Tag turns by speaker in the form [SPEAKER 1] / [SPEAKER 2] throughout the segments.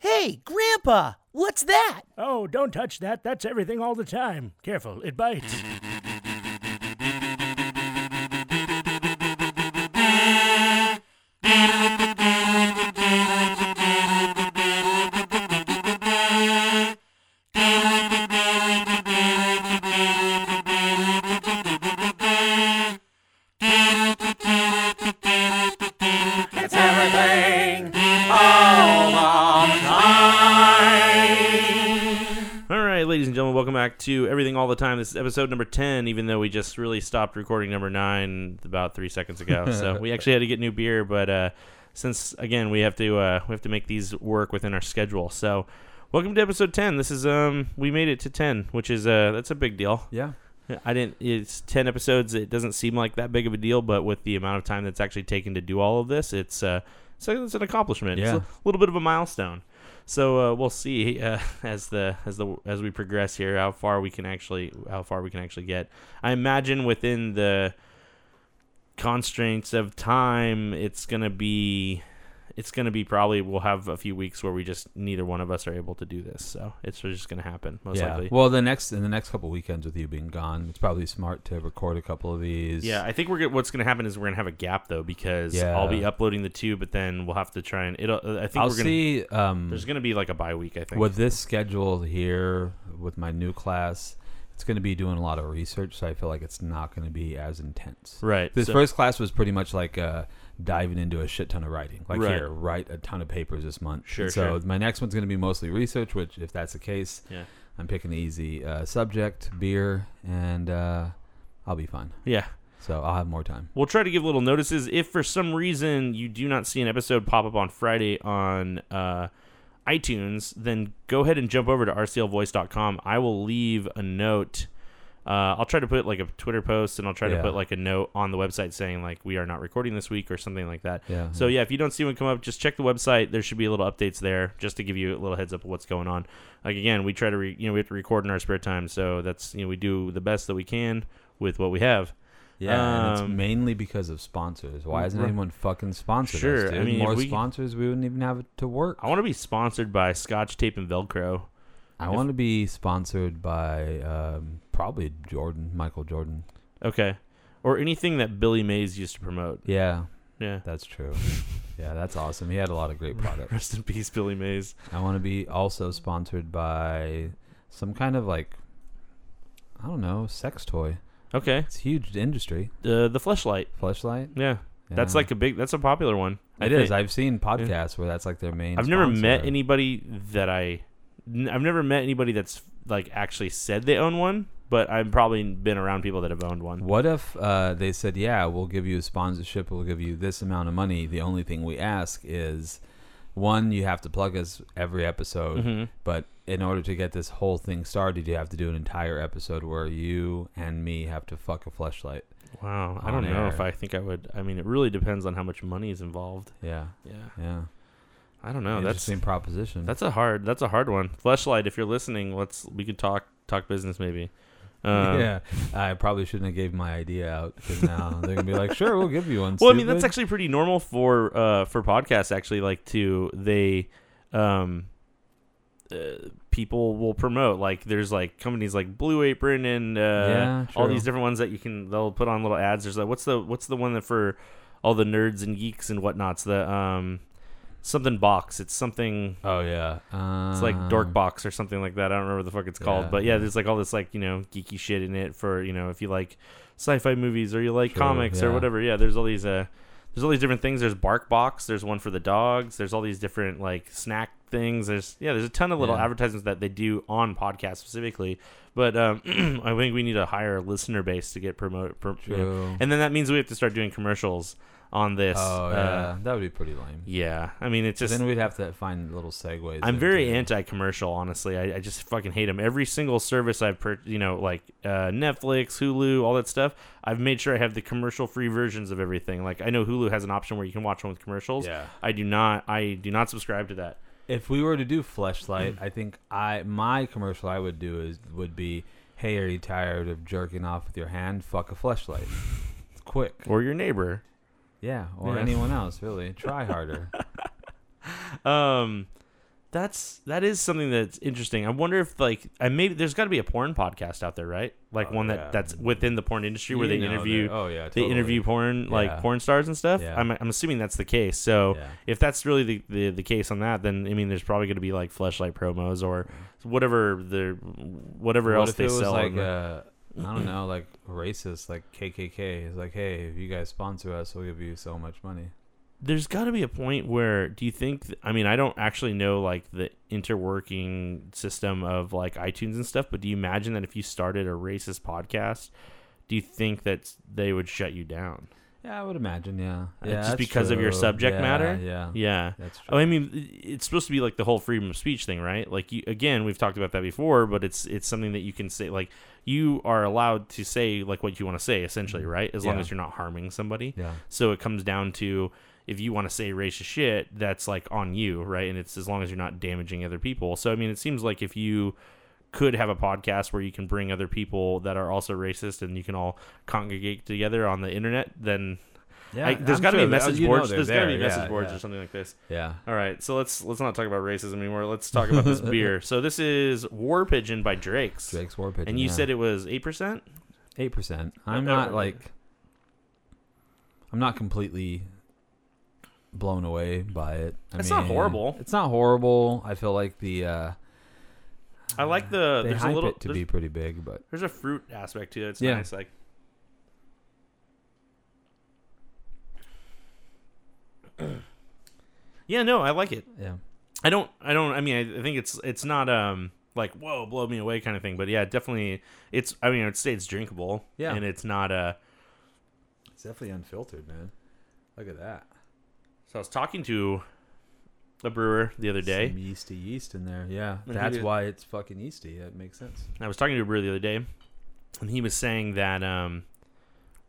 [SPEAKER 1] Hey, Grandpa, what's that?
[SPEAKER 2] Oh, don't touch that. That's everything all the time. Careful, it bites.
[SPEAKER 3] It's everything all the time.
[SPEAKER 4] All right, ladies and gentlemen, welcome back to Everything All the Time. This is episode number 10, even though we just really stopped recording number 9 about 3 seconds ago. so we actually had to get new beer, but uh, since again, we have to uh, we have to make these work within our schedule. So welcome to episode 10. This is um we made it to 10, which is uh that's a big deal.
[SPEAKER 5] Yeah.
[SPEAKER 4] I didn't it's 10 episodes. It doesn't seem like that big of a deal, but with the amount of time that's actually taken to do all of this, it's uh so it's an accomplishment. It's
[SPEAKER 5] Yeah.
[SPEAKER 4] a little bit of a milestone. So uh, we'll see uh, as the as the as we progress here how far we can actually how far we can actually get. I imagine within the constraints of time, it's gonna be it's gonna be probably we'll have a few weeks where we just neither one of us are able to do this. So it's just gonna happen most
[SPEAKER 5] yeah.
[SPEAKER 4] likely.
[SPEAKER 5] Well, the next in the next couple weekends with you being gone, it's probably smart to record a couple of these.
[SPEAKER 4] Yeah, I think we're gonna, what's going to happen is we're going to have a gap though because
[SPEAKER 5] Yeah.
[SPEAKER 4] I'll be uploading the two, but then we'll have to try and it'll. uh, I think
[SPEAKER 5] I'll
[SPEAKER 4] we're gonna,
[SPEAKER 5] see. Um,
[SPEAKER 4] There's going to be like a bye week. I think.
[SPEAKER 5] with this schedule here with my new class, it's going to be doing a lot of research, so I feel like it's not going to be as intense.
[SPEAKER 4] Right,
[SPEAKER 5] This
[SPEAKER 4] so-
[SPEAKER 5] first class was pretty much like uh, diving into a shit ton of writing. Like
[SPEAKER 4] Right.
[SPEAKER 5] here, write a ton of papers this month.
[SPEAKER 4] Sure,
[SPEAKER 5] And So
[SPEAKER 4] sure.
[SPEAKER 5] my next one's going to be mostly research, which if that's the case,
[SPEAKER 4] Yeah.
[SPEAKER 5] I'm picking the easy uh, subject, beer, and uh, I'll be fine.
[SPEAKER 4] Yeah.
[SPEAKER 5] So I'll have more time.
[SPEAKER 4] We'll try to give little notices. If for some reason you do not see an episode pop up on Friday on uh, iTunes, then go ahead and jump over to rclvoice.com. I will leave a note. Uh, I'll try to put like a Twitter post and I'll try to
[SPEAKER 5] Yeah.
[SPEAKER 4] put like a note on the website saying like we are not recording this week or something like that.
[SPEAKER 5] Yeah.
[SPEAKER 4] So yeah, if you don't see one come up, just check the website. There should be little updates there just to give you a little heads up of what's going on. Like again, we try to re- you know we have to record in our spare time, so that's you know we do the best that we can with what we have.
[SPEAKER 5] Yeah, and it's
[SPEAKER 4] Um,
[SPEAKER 5] mainly because of sponsors. Why hasn't
[SPEAKER 4] right.
[SPEAKER 5] anyone fucking sponsored
[SPEAKER 4] Sure,
[SPEAKER 5] us?
[SPEAKER 4] I
[SPEAKER 5] Dude?
[SPEAKER 4] mean, if
[SPEAKER 5] more
[SPEAKER 4] we-
[SPEAKER 5] sponsors, we wouldn't even have it to work.
[SPEAKER 4] I want to be sponsored by Scotch Tape and Velcro.
[SPEAKER 5] I want to be sponsored by um, probably Jordan, Michael Jordan.
[SPEAKER 4] Okay. Or anything that Billy Mays used to promote.
[SPEAKER 5] Yeah,
[SPEAKER 4] Yeah.
[SPEAKER 5] that's true. yeah, that's awesome. He had a lot of great products.
[SPEAKER 4] Rest in peace, Billy Mays.
[SPEAKER 5] I want to be also sponsored by some kind of like, I don't know, sex toy.
[SPEAKER 4] Okay.
[SPEAKER 5] It's a huge industry.
[SPEAKER 4] Uh, the fleshlight.
[SPEAKER 5] Fleshlight.
[SPEAKER 4] Yeah. That's
[SPEAKER 5] Yeah.
[SPEAKER 4] like a big, that's a popular one.
[SPEAKER 5] It
[SPEAKER 4] think.
[SPEAKER 5] is. I've seen podcasts where that's like their main.
[SPEAKER 4] I've never met
[SPEAKER 5] sponsor.
[SPEAKER 4] anybody that I, n- I've never met anybody that's like actually said they own one, but I've probably been around people that have owned one.
[SPEAKER 5] What if uh, they said, "Yeah, we'll give you a sponsorship. We'll give you this amount of money. The only thing we ask is, one, you have to plug us every episode.
[SPEAKER 4] Mm-hmm.
[SPEAKER 5] But in order to get this whole thing started, you have to do an entire episode where you and me have to fuck a fleshlight.
[SPEAKER 4] Wow. I
[SPEAKER 5] On
[SPEAKER 4] don't know
[SPEAKER 5] air.
[SPEAKER 4] if I think I would. I mean, it really depends on how much money is involved.
[SPEAKER 5] Yeah,
[SPEAKER 4] Yeah.
[SPEAKER 5] yeah.
[SPEAKER 4] I don't know. That's
[SPEAKER 5] Interesting proposition.
[SPEAKER 4] That's a hard. That's a hard one. Fleshlight. If you're listening, let's we could talk talk business maybe. Um,
[SPEAKER 5] yeah, I probably shouldn't have gave my idea out because now they're gonna be like, "Sure, we'll give you one."
[SPEAKER 4] Well, I mean that's
[SPEAKER 5] stupid."
[SPEAKER 4] actually pretty normal for uh for podcasts actually. Like to they, um, uh, people will promote like there's like companies like Blue Apron and uh
[SPEAKER 5] Yeah,
[SPEAKER 4] all
[SPEAKER 5] true.
[SPEAKER 4] these different ones that you can they'll put on little ads. There's like what's the what's the one that for all the nerds and geeks and whatnots the um something box. It's something
[SPEAKER 5] Oh yeah, um,
[SPEAKER 4] It's like Dork Box or something like that. I don't remember the fuck it's called,
[SPEAKER 5] Yeah.
[SPEAKER 4] but yeah, there's like all this like you know geeky shit in it for you know if you like sci-fi movies or you like
[SPEAKER 5] Sure,
[SPEAKER 4] comics or
[SPEAKER 5] yeah.
[SPEAKER 4] whatever. Yeah, there's all these uh, there's all these different things. There's Bark Box. There's one for the dogs. There's all these different like snack things. There's yeah, there's a ton of little
[SPEAKER 5] Yeah.
[SPEAKER 4] advertisements that they do on podcasts specifically. But um, I think we need a higher listener base to get promoted. Pro- you know.
[SPEAKER 5] True.
[SPEAKER 4] And then that means we have to start doing commercials on this.
[SPEAKER 5] Oh yeah,
[SPEAKER 4] uh,
[SPEAKER 5] that would be pretty lame.
[SPEAKER 4] yeah. I mean, it's just
[SPEAKER 5] then we'd have to find little segues.
[SPEAKER 4] I'm
[SPEAKER 5] into-
[SPEAKER 4] very anti-commercial, honestly. I, I just fucking hate them. Every single service I've, per- you know, like uh, Netflix, Hulu, all that stuff. I've made sure I have the commercial-free versions of everything. Like I know Hulu has an option where you can watch one with commercials.
[SPEAKER 5] Yeah.
[SPEAKER 4] I do not. I do not subscribe to that.
[SPEAKER 5] If we were to do fleshlight, I think I my commercial I would do is would be, "Hey, are you tired of jerking off with your hand? Fuck a fleshlight. It's quick.
[SPEAKER 4] Or your neighbor.
[SPEAKER 5] Yeah, or
[SPEAKER 4] Yeah.
[SPEAKER 5] anyone else really. Try harder.
[SPEAKER 4] Um, That's that is something that's interesting. I wonder if like I maybe there's got to be a porn podcast out there, right? Like
[SPEAKER 5] Oh,
[SPEAKER 4] one
[SPEAKER 5] yeah.
[SPEAKER 4] that that's within the porn industry where
[SPEAKER 5] You
[SPEAKER 4] they
[SPEAKER 5] know that-
[SPEAKER 4] interview
[SPEAKER 5] oh yeah,
[SPEAKER 4] they
[SPEAKER 5] totally.
[SPEAKER 4] interview porn
[SPEAKER 5] Yeah.
[SPEAKER 4] like porn stars and stuff.
[SPEAKER 5] Yeah.
[SPEAKER 4] I'm I'm assuming that's the case. So
[SPEAKER 5] Yeah.
[SPEAKER 4] if that's really the, the the case on that, then I mean there's probably going to be like fleshlight promos or whatever the whatever
[SPEAKER 5] What
[SPEAKER 4] else
[SPEAKER 5] if
[SPEAKER 4] they
[SPEAKER 5] it was
[SPEAKER 4] sell.
[SPEAKER 5] like
[SPEAKER 4] on the-
[SPEAKER 5] uh, I don't know, like racist, like KKK is like, hey, if you guys sponsor us, we'll give you so much money.
[SPEAKER 4] there's got to be a point where do you think th- i mean i don't actually know like the interworking system of like itunes and stuff but do you imagine that if you started a racist podcast do you think that they would shut you down
[SPEAKER 5] Yeah, I would imagine. Yeah,
[SPEAKER 4] Uh,
[SPEAKER 5] yeah
[SPEAKER 4] just
[SPEAKER 5] that's
[SPEAKER 4] because of your
[SPEAKER 5] true.
[SPEAKER 4] subject
[SPEAKER 5] Yeah,
[SPEAKER 4] matter?
[SPEAKER 5] Yeah,
[SPEAKER 4] yeah
[SPEAKER 5] that's true.
[SPEAKER 4] Oh, I mean, i- it's supposed to be like the whole freedom of speech thing, right? Like, you, again, we've talked about that before, but it's it's something that you can say, like, you are allowed to say like what you want to say, essentially, right? As long
[SPEAKER 5] Mm-hmm. Yeah.
[SPEAKER 4] as you're not harming somebody.
[SPEAKER 5] yeah,
[SPEAKER 4] So it comes down to if you want to say racist shit, that's like on you, right? And it's as long as you're not damaging other people. So I mean, it seems like if you could have a podcast where you can bring other people that are also racist and you can all congregate together on the internet, then
[SPEAKER 5] yeah.
[SPEAKER 4] I, there's
[SPEAKER 5] I'm
[SPEAKER 4] got to
[SPEAKER 5] sure
[SPEAKER 4] be
[SPEAKER 5] that-
[SPEAKER 4] message
[SPEAKER 5] you know
[SPEAKER 4] boards.
[SPEAKER 5] they're
[SPEAKER 4] Oh, There's got to be
[SPEAKER 5] there,
[SPEAKER 4] message
[SPEAKER 5] yeah,
[SPEAKER 4] boards
[SPEAKER 5] yeah.
[SPEAKER 4] or something like this.
[SPEAKER 5] Yeah.
[SPEAKER 4] All right, so let's let's not talk about racism anymore. Let's talk about this beer. So this is War Pigeon by Drake's,
[SPEAKER 5] Drake's War Pigeon.
[SPEAKER 4] and you
[SPEAKER 5] yeah.
[SPEAKER 4] said it was eight percent.
[SPEAKER 5] eight percent. I'm
[SPEAKER 4] Uh, uh,
[SPEAKER 5] not like, I'm not completely blown away by it. I
[SPEAKER 4] It's not
[SPEAKER 5] mean,
[SPEAKER 4] horrible.
[SPEAKER 5] It's not horrible. I feel like the uh,
[SPEAKER 4] I like the
[SPEAKER 5] they
[SPEAKER 4] there's a
[SPEAKER 5] hype
[SPEAKER 4] little
[SPEAKER 5] it to
[SPEAKER 4] there's-
[SPEAKER 5] be pretty big, but
[SPEAKER 4] There's a fruit aspect to it. It's
[SPEAKER 5] Yeah.
[SPEAKER 4] nice. Like, yeah, no, I like it.
[SPEAKER 5] yeah,
[SPEAKER 4] I don't. I don't. I mean, I, I think it's it's not um like whoa, blow me away kind of thing. But yeah, definitely. It's. I mean, I'd say it's drinkable.
[SPEAKER 5] Yeah.
[SPEAKER 4] and it's not Uh,
[SPEAKER 5] it's definitely unfiltered, man. Look at that.
[SPEAKER 4] so I was talking to a brewer the other day.
[SPEAKER 5] Some yeasty yeast in there. Yeah,
[SPEAKER 4] he
[SPEAKER 5] that's
[SPEAKER 4] did-
[SPEAKER 5] why it's fucking yeasty. That makes sense.
[SPEAKER 4] I was talking to a brewer the other day, and he was saying that um,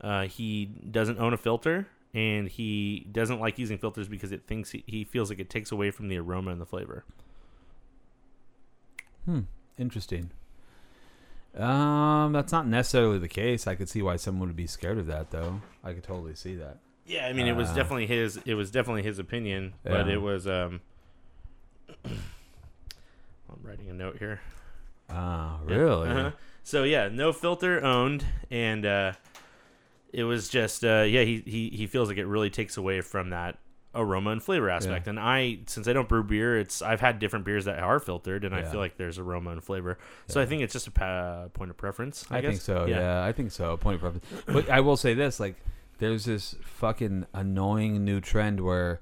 [SPEAKER 4] uh, he doesn't own a filter and he doesn't like using filters because it thinks he, he feels like it takes away from the aroma and the flavor.
[SPEAKER 5] Interesting. Um, that's not necessarily the case. I could see why someone would be scared of that, though. I could totally see that.
[SPEAKER 4] Yeah, I mean it was
[SPEAKER 5] Ah.
[SPEAKER 4] definitely his it was definitely his opinion, but
[SPEAKER 5] Yeah.
[SPEAKER 4] it was um I'm writing a note here.
[SPEAKER 5] Ah, really?
[SPEAKER 4] Uh-huh. So yeah, no filter owned, and uh, it was just uh, yeah. He, he he feels like it really takes away from that aroma and flavor aspect. And I, since I don't brew beer, it's I've had different beers that are filtered, and I
[SPEAKER 5] Yeah.
[SPEAKER 4] feel like there's aroma and flavor. So I think it's just a pa- point of preference. I,
[SPEAKER 5] I, think
[SPEAKER 4] guess.
[SPEAKER 5] so. Yeah. I think so. Point of preference. But I will say this: like, there's this fucking annoying new trend where,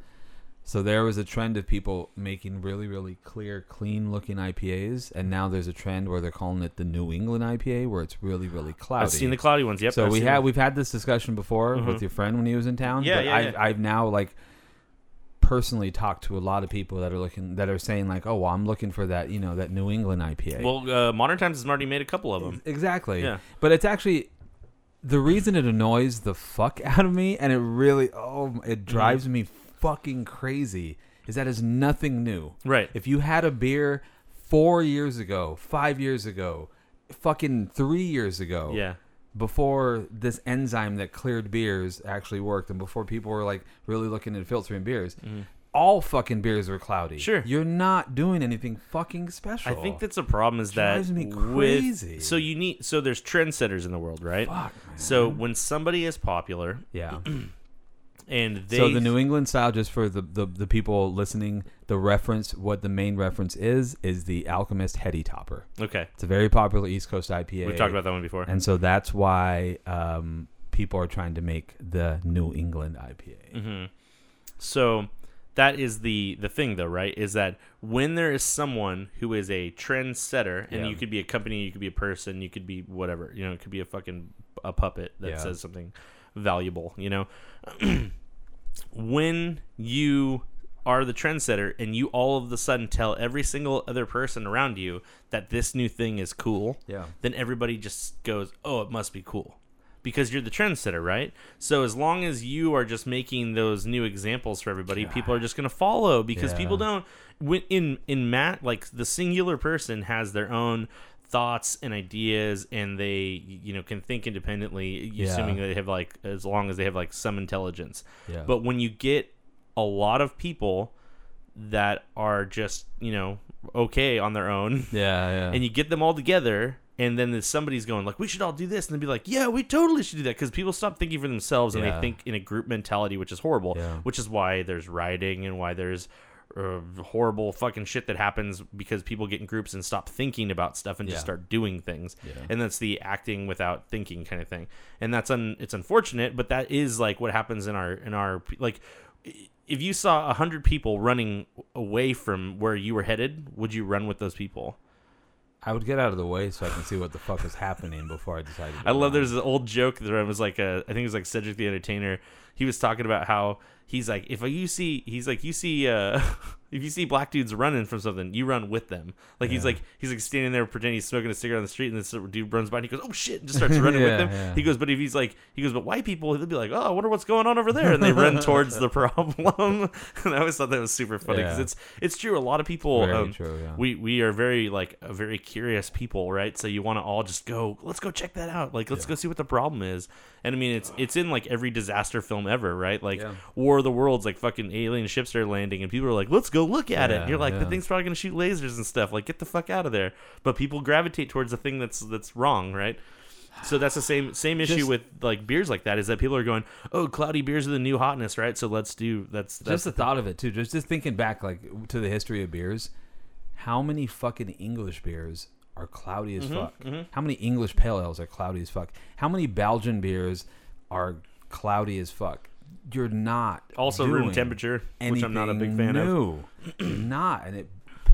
[SPEAKER 5] so there was a trend of people making really, really clear, clean-looking IPAs, and now there's a trend where they're calling it the New England IPA, where it's really, really cloudy.
[SPEAKER 4] I've seen the cloudy ones. Yep.
[SPEAKER 5] so
[SPEAKER 4] I've
[SPEAKER 5] we
[SPEAKER 4] seen
[SPEAKER 5] had
[SPEAKER 4] them.
[SPEAKER 5] we've had this discussion before with your friend when he was in town.
[SPEAKER 4] Yeah,
[SPEAKER 5] but
[SPEAKER 4] yeah,
[SPEAKER 5] I've,
[SPEAKER 4] yeah.
[SPEAKER 5] I've now like personally talked to a lot of people that are looking that are saying like, oh, well, I'm looking for that, you know, that New England IPA.
[SPEAKER 4] well, uh, modern times has already made a couple of them.
[SPEAKER 5] Exactly.
[SPEAKER 4] Yeah.
[SPEAKER 5] But it's actually the reason it annoys the fuck out of me and it really oh
[SPEAKER 4] Mm-hmm.
[SPEAKER 5] it drives me fucking crazy is that it's nothing new.
[SPEAKER 4] Right.
[SPEAKER 5] If you had a beer 4 years ago, 5 years ago, fucking 3 years ago.
[SPEAKER 4] Yeah.
[SPEAKER 5] Before this enzyme that cleared beers actually worked and before people were like really looking at filtering beers. All fucking beers were cloudy.
[SPEAKER 4] Mm-hmm. Sure.
[SPEAKER 5] You're not doing anything fucking special.
[SPEAKER 4] I think that's the problem is that
[SPEAKER 5] Drives me
[SPEAKER 4] with-
[SPEAKER 5] crazy.
[SPEAKER 4] so you need so there's trendsetters in the world, right?
[SPEAKER 5] Fuck,
[SPEAKER 4] So when somebody is popular
[SPEAKER 5] Yeah.
[SPEAKER 4] and they
[SPEAKER 5] so the New England style, just for the, the, the people listening, the reference, what the main reference is, is the Alchemist Heady Topper.
[SPEAKER 4] Okay.
[SPEAKER 5] It's a very popular East Coast IPA.
[SPEAKER 4] We've talked about that one before.
[SPEAKER 5] And so that's why um, people are trying to make the New England IPA.
[SPEAKER 4] Mm-hmm. so that is the the thing though, right? Is that when there is someone who is a trendsetter and
[SPEAKER 5] Yeah.
[SPEAKER 4] you could be a company, you could be a person, you could be whatever, you know, it could be a fucking a puppet that
[SPEAKER 5] Yeah.
[SPEAKER 4] says something valuable, you know. when you are the trendsetter and you all of a sudden tell every single other person around you that this new thing is cool,
[SPEAKER 5] Yeah.
[SPEAKER 4] then everybody just goes, "Oh, it must be cool." Because you're the trendsetter, right? So as long as you are just making those new examples for everybody, people are just going to follow because
[SPEAKER 5] Yeah.
[SPEAKER 4] people don't when in in Matt like the singular person has their own thoughts and ideas and they you know can think independently
[SPEAKER 5] Yeah.
[SPEAKER 4] assuming they have like as long as they have like some intelligence.
[SPEAKER 5] Yeah.
[SPEAKER 4] But when you get a lot of people that are just you know okay on their own
[SPEAKER 5] Yeah, yeah.
[SPEAKER 4] and you get them all together and then there's somebody's going like we should all do this and they'll be like yeah we totally should do that because people stop thinking for themselves and
[SPEAKER 5] Yeah.
[SPEAKER 4] they think in a group mentality which is horrible
[SPEAKER 5] Yeah.
[SPEAKER 4] which is why there's rioting and why there's uh, horrible fucking shit that happens because people get in groups and stop thinking about stuff and
[SPEAKER 5] Yeah.
[SPEAKER 4] just start doing things
[SPEAKER 5] Yeah.
[SPEAKER 4] and that's the acting without thinking kind of thing and that's un it's unfortunate but that is like what happens in our in our like if you saw 100 people running away from where you were headed would you run with those people
[SPEAKER 5] I would get out of the way so I can see what the fuck is happening before I decided.
[SPEAKER 4] I love there's an old joke that was like a I think it was like Cedric the Entertainer. He was talking about how he's like if you see he's like you see uh if you see black dudes running from something, you run with them. Like he's like he's like standing there pretending he's smoking a cigarette on the street and this dude runs by and he goes, "Oh shit." and just starts running
[SPEAKER 5] Yeah,
[SPEAKER 4] with them.
[SPEAKER 5] yeah.
[SPEAKER 4] He goes, "But if he's like he goes, "But white people, they'll be like, "Oh, I wonder what's going on over there." And they run towards the problem. and I always thought that was super funny cuz
[SPEAKER 5] Yeah.
[SPEAKER 4] it's it's true a lot of people
[SPEAKER 5] Very
[SPEAKER 4] um,
[SPEAKER 5] true, yeah.
[SPEAKER 4] we we we are very like a very curious people, right? So you want to all just go, let's go check that out. Like let's go see what the problem is. And I mean, it's it's in like every disaster film ever, right? Like
[SPEAKER 5] Yeah.
[SPEAKER 4] War of the Worlds, like fucking alien ships are landing, and people are like, let's go look at it.
[SPEAKER 5] Yeah,
[SPEAKER 4] And you're like,
[SPEAKER 5] yeah.
[SPEAKER 4] the thing's probably gonna shoot lasers and stuff. Like get the fuck out of there. But people gravitate towards the thing that's that's wrong, right? So that's the same same issue
[SPEAKER 5] Just-
[SPEAKER 4] with like beers like that is that people are going, oh, cloudy beers are the new hotness, right? So let's do that's that's
[SPEAKER 5] just the thought of it too. Just just thinking back like to the history of beers, how many fucking English beers are cloudy
[SPEAKER 4] Mm-hmm,
[SPEAKER 5] as fuck? How many English pale ales are cloudy as fuck? How many Belgian beers are cloudy as fuck? You're not
[SPEAKER 4] Also room temperature, which I'm not a big fan of.
[SPEAKER 5] of. You're not, and it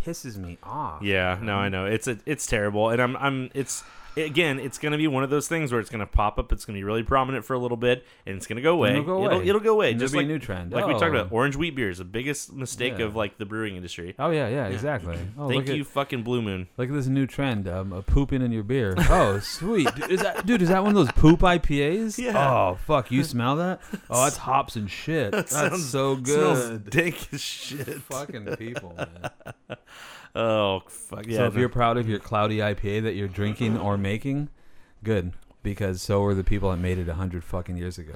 [SPEAKER 5] pisses me off.
[SPEAKER 4] Yeah, no,
[SPEAKER 5] Um,
[SPEAKER 4] I know. It's a, it's terrible, and I'm I'm it's again, it's gonna be one of those things where it's gonna pop up. It's gonna be really prominent for a little bit, and it's gonna go away.
[SPEAKER 5] it'll go away.
[SPEAKER 4] It'll, it'll go away.
[SPEAKER 5] And
[SPEAKER 4] Just
[SPEAKER 5] there'll
[SPEAKER 4] like
[SPEAKER 5] be a new trend.
[SPEAKER 4] Like we talked about,
[SPEAKER 5] Oh.
[SPEAKER 4] orange wheat beer is the biggest mistake
[SPEAKER 5] Yeah.
[SPEAKER 4] of like the brewing industry.
[SPEAKER 5] Oh yeah, yeah, exactly. Oh,
[SPEAKER 4] Thank
[SPEAKER 5] look
[SPEAKER 4] you,
[SPEAKER 5] At,
[SPEAKER 4] fucking Blue Moon.
[SPEAKER 5] look at this new trend um, of pooping in your beer. Oh, sweet. Dude, is that, dude, is that one of those poop IPAs?
[SPEAKER 4] Yeah.
[SPEAKER 5] Oh, fuck. You smell that? Oh, that's hops and shit. That's
[SPEAKER 4] sounds-
[SPEAKER 5] so
[SPEAKER 4] Smells
[SPEAKER 5] good.
[SPEAKER 4] dank as shit.
[SPEAKER 5] Fucking people, man.
[SPEAKER 4] Oh fuck yeah.
[SPEAKER 5] so if
[SPEAKER 4] no.
[SPEAKER 5] you're proud of your cloudy IPA that you're drinking or making, good. Because so were the people that made it a hundred fucking years ago.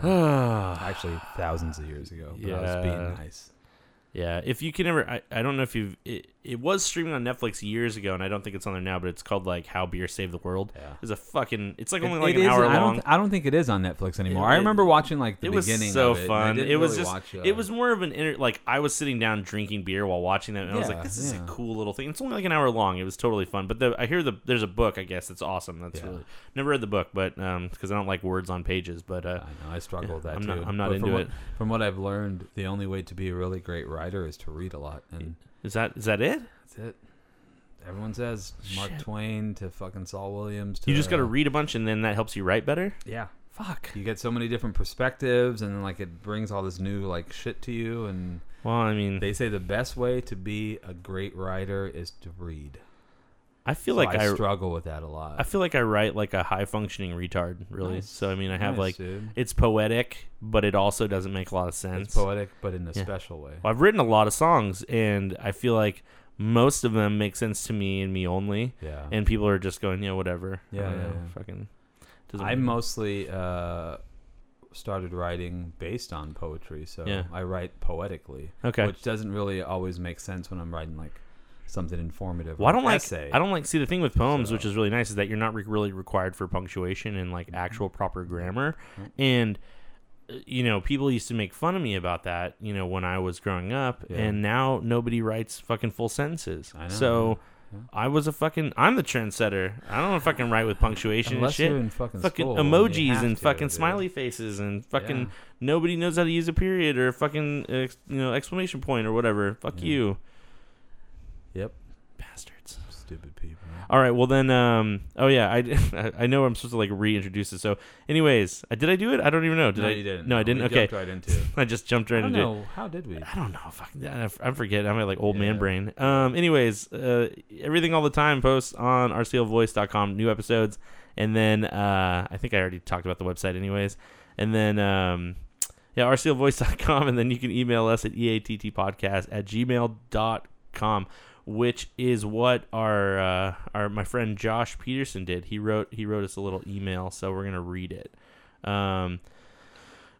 [SPEAKER 5] Actually, thousands of years ago. But I was
[SPEAKER 4] Yeah.
[SPEAKER 5] being nice.
[SPEAKER 4] Yeah, if you can ever, I, I don't know if you've, it, it was streaming on Netflix years ago, and I don't think it's on there now, but it's called like How Beer Saved the World.
[SPEAKER 5] Yeah.
[SPEAKER 4] It's a fucking, it's like
[SPEAKER 5] It-
[SPEAKER 4] only like
[SPEAKER 5] it
[SPEAKER 4] an
[SPEAKER 5] is-
[SPEAKER 4] hour
[SPEAKER 5] I don't,
[SPEAKER 4] long.
[SPEAKER 5] I don't think it is on Netflix anymore.
[SPEAKER 4] It-
[SPEAKER 5] I
[SPEAKER 4] it-
[SPEAKER 5] remember watching like the
[SPEAKER 4] it was
[SPEAKER 5] beginning.
[SPEAKER 4] so
[SPEAKER 5] of it, and I
[SPEAKER 4] fun.
[SPEAKER 5] didn't
[SPEAKER 4] It was
[SPEAKER 5] really
[SPEAKER 4] just
[SPEAKER 5] watch, uh,
[SPEAKER 4] it was more of an inter- like I was sitting down drinking beer while watching that, and I was like,
[SPEAKER 5] Yeah,
[SPEAKER 4] "This is
[SPEAKER 5] yeah.
[SPEAKER 4] a cool little thing." It's only like an hour long. It was totally fun. But the, I hear the there's a book. I guess that's awesome. That's
[SPEAKER 5] Yeah.
[SPEAKER 4] really never read the book, but um, because I don't like words on pages. But uh,
[SPEAKER 5] I know I struggle with that
[SPEAKER 4] I'm
[SPEAKER 5] too.
[SPEAKER 4] not- I'm not
[SPEAKER 5] But
[SPEAKER 4] into
[SPEAKER 5] from what,
[SPEAKER 4] it.
[SPEAKER 5] From what I've learned, the only way to be a really great writer is to read a lot, and
[SPEAKER 4] is that is that it?
[SPEAKER 5] that's it. Everyone says Mark Twain to fucking Saul Williams. To,
[SPEAKER 4] You just got to
[SPEAKER 5] uh,
[SPEAKER 4] read a bunch, and then that helps you write better.
[SPEAKER 5] Yeah,
[SPEAKER 4] Fuck.
[SPEAKER 5] you get so many different perspectives, and like it brings all this new like shit to you. And
[SPEAKER 4] Well, I mean,
[SPEAKER 5] they say the best way to be a great writer is to read.
[SPEAKER 4] I feel
[SPEAKER 5] So
[SPEAKER 4] like
[SPEAKER 5] I,
[SPEAKER 4] I,
[SPEAKER 5] struggle with that a lot.
[SPEAKER 4] I feel like I write like a high functioning retard, really.
[SPEAKER 5] Nice.
[SPEAKER 4] So I mean, I have
[SPEAKER 5] Nice,
[SPEAKER 4] like
[SPEAKER 5] dude.
[SPEAKER 4] it's poetic, but it also doesn't make a lot of sense.
[SPEAKER 5] it's poetic, but in a
[SPEAKER 4] Yeah.
[SPEAKER 5] special way.
[SPEAKER 4] Well, I've written a lot of songs, and I feel like most of them make sense to me and me only.
[SPEAKER 5] Yeah.
[SPEAKER 4] And people are just going, yeah, whatever. I
[SPEAKER 5] Yeah,
[SPEAKER 4] don't
[SPEAKER 5] yeah,
[SPEAKER 4] know,
[SPEAKER 5] yeah.
[SPEAKER 4] fucking. Doesn't
[SPEAKER 5] I
[SPEAKER 4] matter.
[SPEAKER 5] mostly uh, started writing based on poetry, so
[SPEAKER 4] Yeah.
[SPEAKER 5] I write poetically,
[SPEAKER 4] Okay.
[SPEAKER 5] which doesn't really always make sense when I'm writing like something informative.
[SPEAKER 4] Well, I
[SPEAKER 5] or an
[SPEAKER 4] don't like.
[SPEAKER 5] essay.
[SPEAKER 4] I don't like. See, the thing with poems, which
[SPEAKER 5] So- Mm-hmm.
[SPEAKER 4] is really nice, is that you're not re- really required for punctuation and like actual proper grammar. And uh, you know, people used to make fun of me about that. You know, when I was growing up,
[SPEAKER 5] Yeah.
[SPEAKER 4] and now nobody writes fucking full sentences.
[SPEAKER 5] I know,
[SPEAKER 4] so.
[SPEAKER 5] yeah, yeah.
[SPEAKER 4] I was a fucking. I'm the trendsetter. I don't fucking write with punctuation
[SPEAKER 5] Unless
[SPEAKER 4] and shit.
[SPEAKER 5] you're in fucking school, you
[SPEAKER 4] emojis
[SPEAKER 5] have
[SPEAKER 4] and
[SPEAKER 5] to,
[SPEAKER 4] fucking
[SPEAKER 5] dude.
[SPEAKER 4] smiley faces and fucking
[SPEAKER 5] Yeah.
[SPEAKER 4] nobody knows how to use a period or a fucking ex, you know exclamation point or whatever. Fuck you,
[SPEAKER 5] Mm-hmm. Yep.
[SPEAKER 4] bastards.
[SPEAKER 5] Stupid people.
[SPEAKER 4] All right. Well then, um. Oh yeah. I, I- I know I'm supposed to like reintroduce it. So, anyways, I- did I do it? I don't even know. Did
[SPEAKER 5] no,
[SPEAKER 4] I?
[SPEAKER 5] you didn't.
[SPEAKER 4] No, I didn't.
[SPEAKER 5] We
[SPEAKER 4] Okay.
[SPEAKER 5] Jumped right into. It.
[SPEAKER 4] I just jumped
[SPEAKER 5] I
[SPEAKER 4] right
[SPEAKER 5] don't
[SPEAKER 4] into. it.
[SPEAKER 5] know. How did we?
[SPEAKER 4] I don't know. Fuck. I f- I forget. I'm like old man
[SPEAKER 5] Yeah.
[SPEAKER 4] brain. Um. Anyways, uh, everything all the time. Posts on rclvoice.com. New episodes, and then uh, I think I already talked about the website. Anyways, and then um. Yeah, rclvoice.com, and then you can email us at E eattpodcast at gmail.com, which is what our uh, our my friend Josh Peterson did. He wrote he wrote us a little email, so we're gonna read it. Um,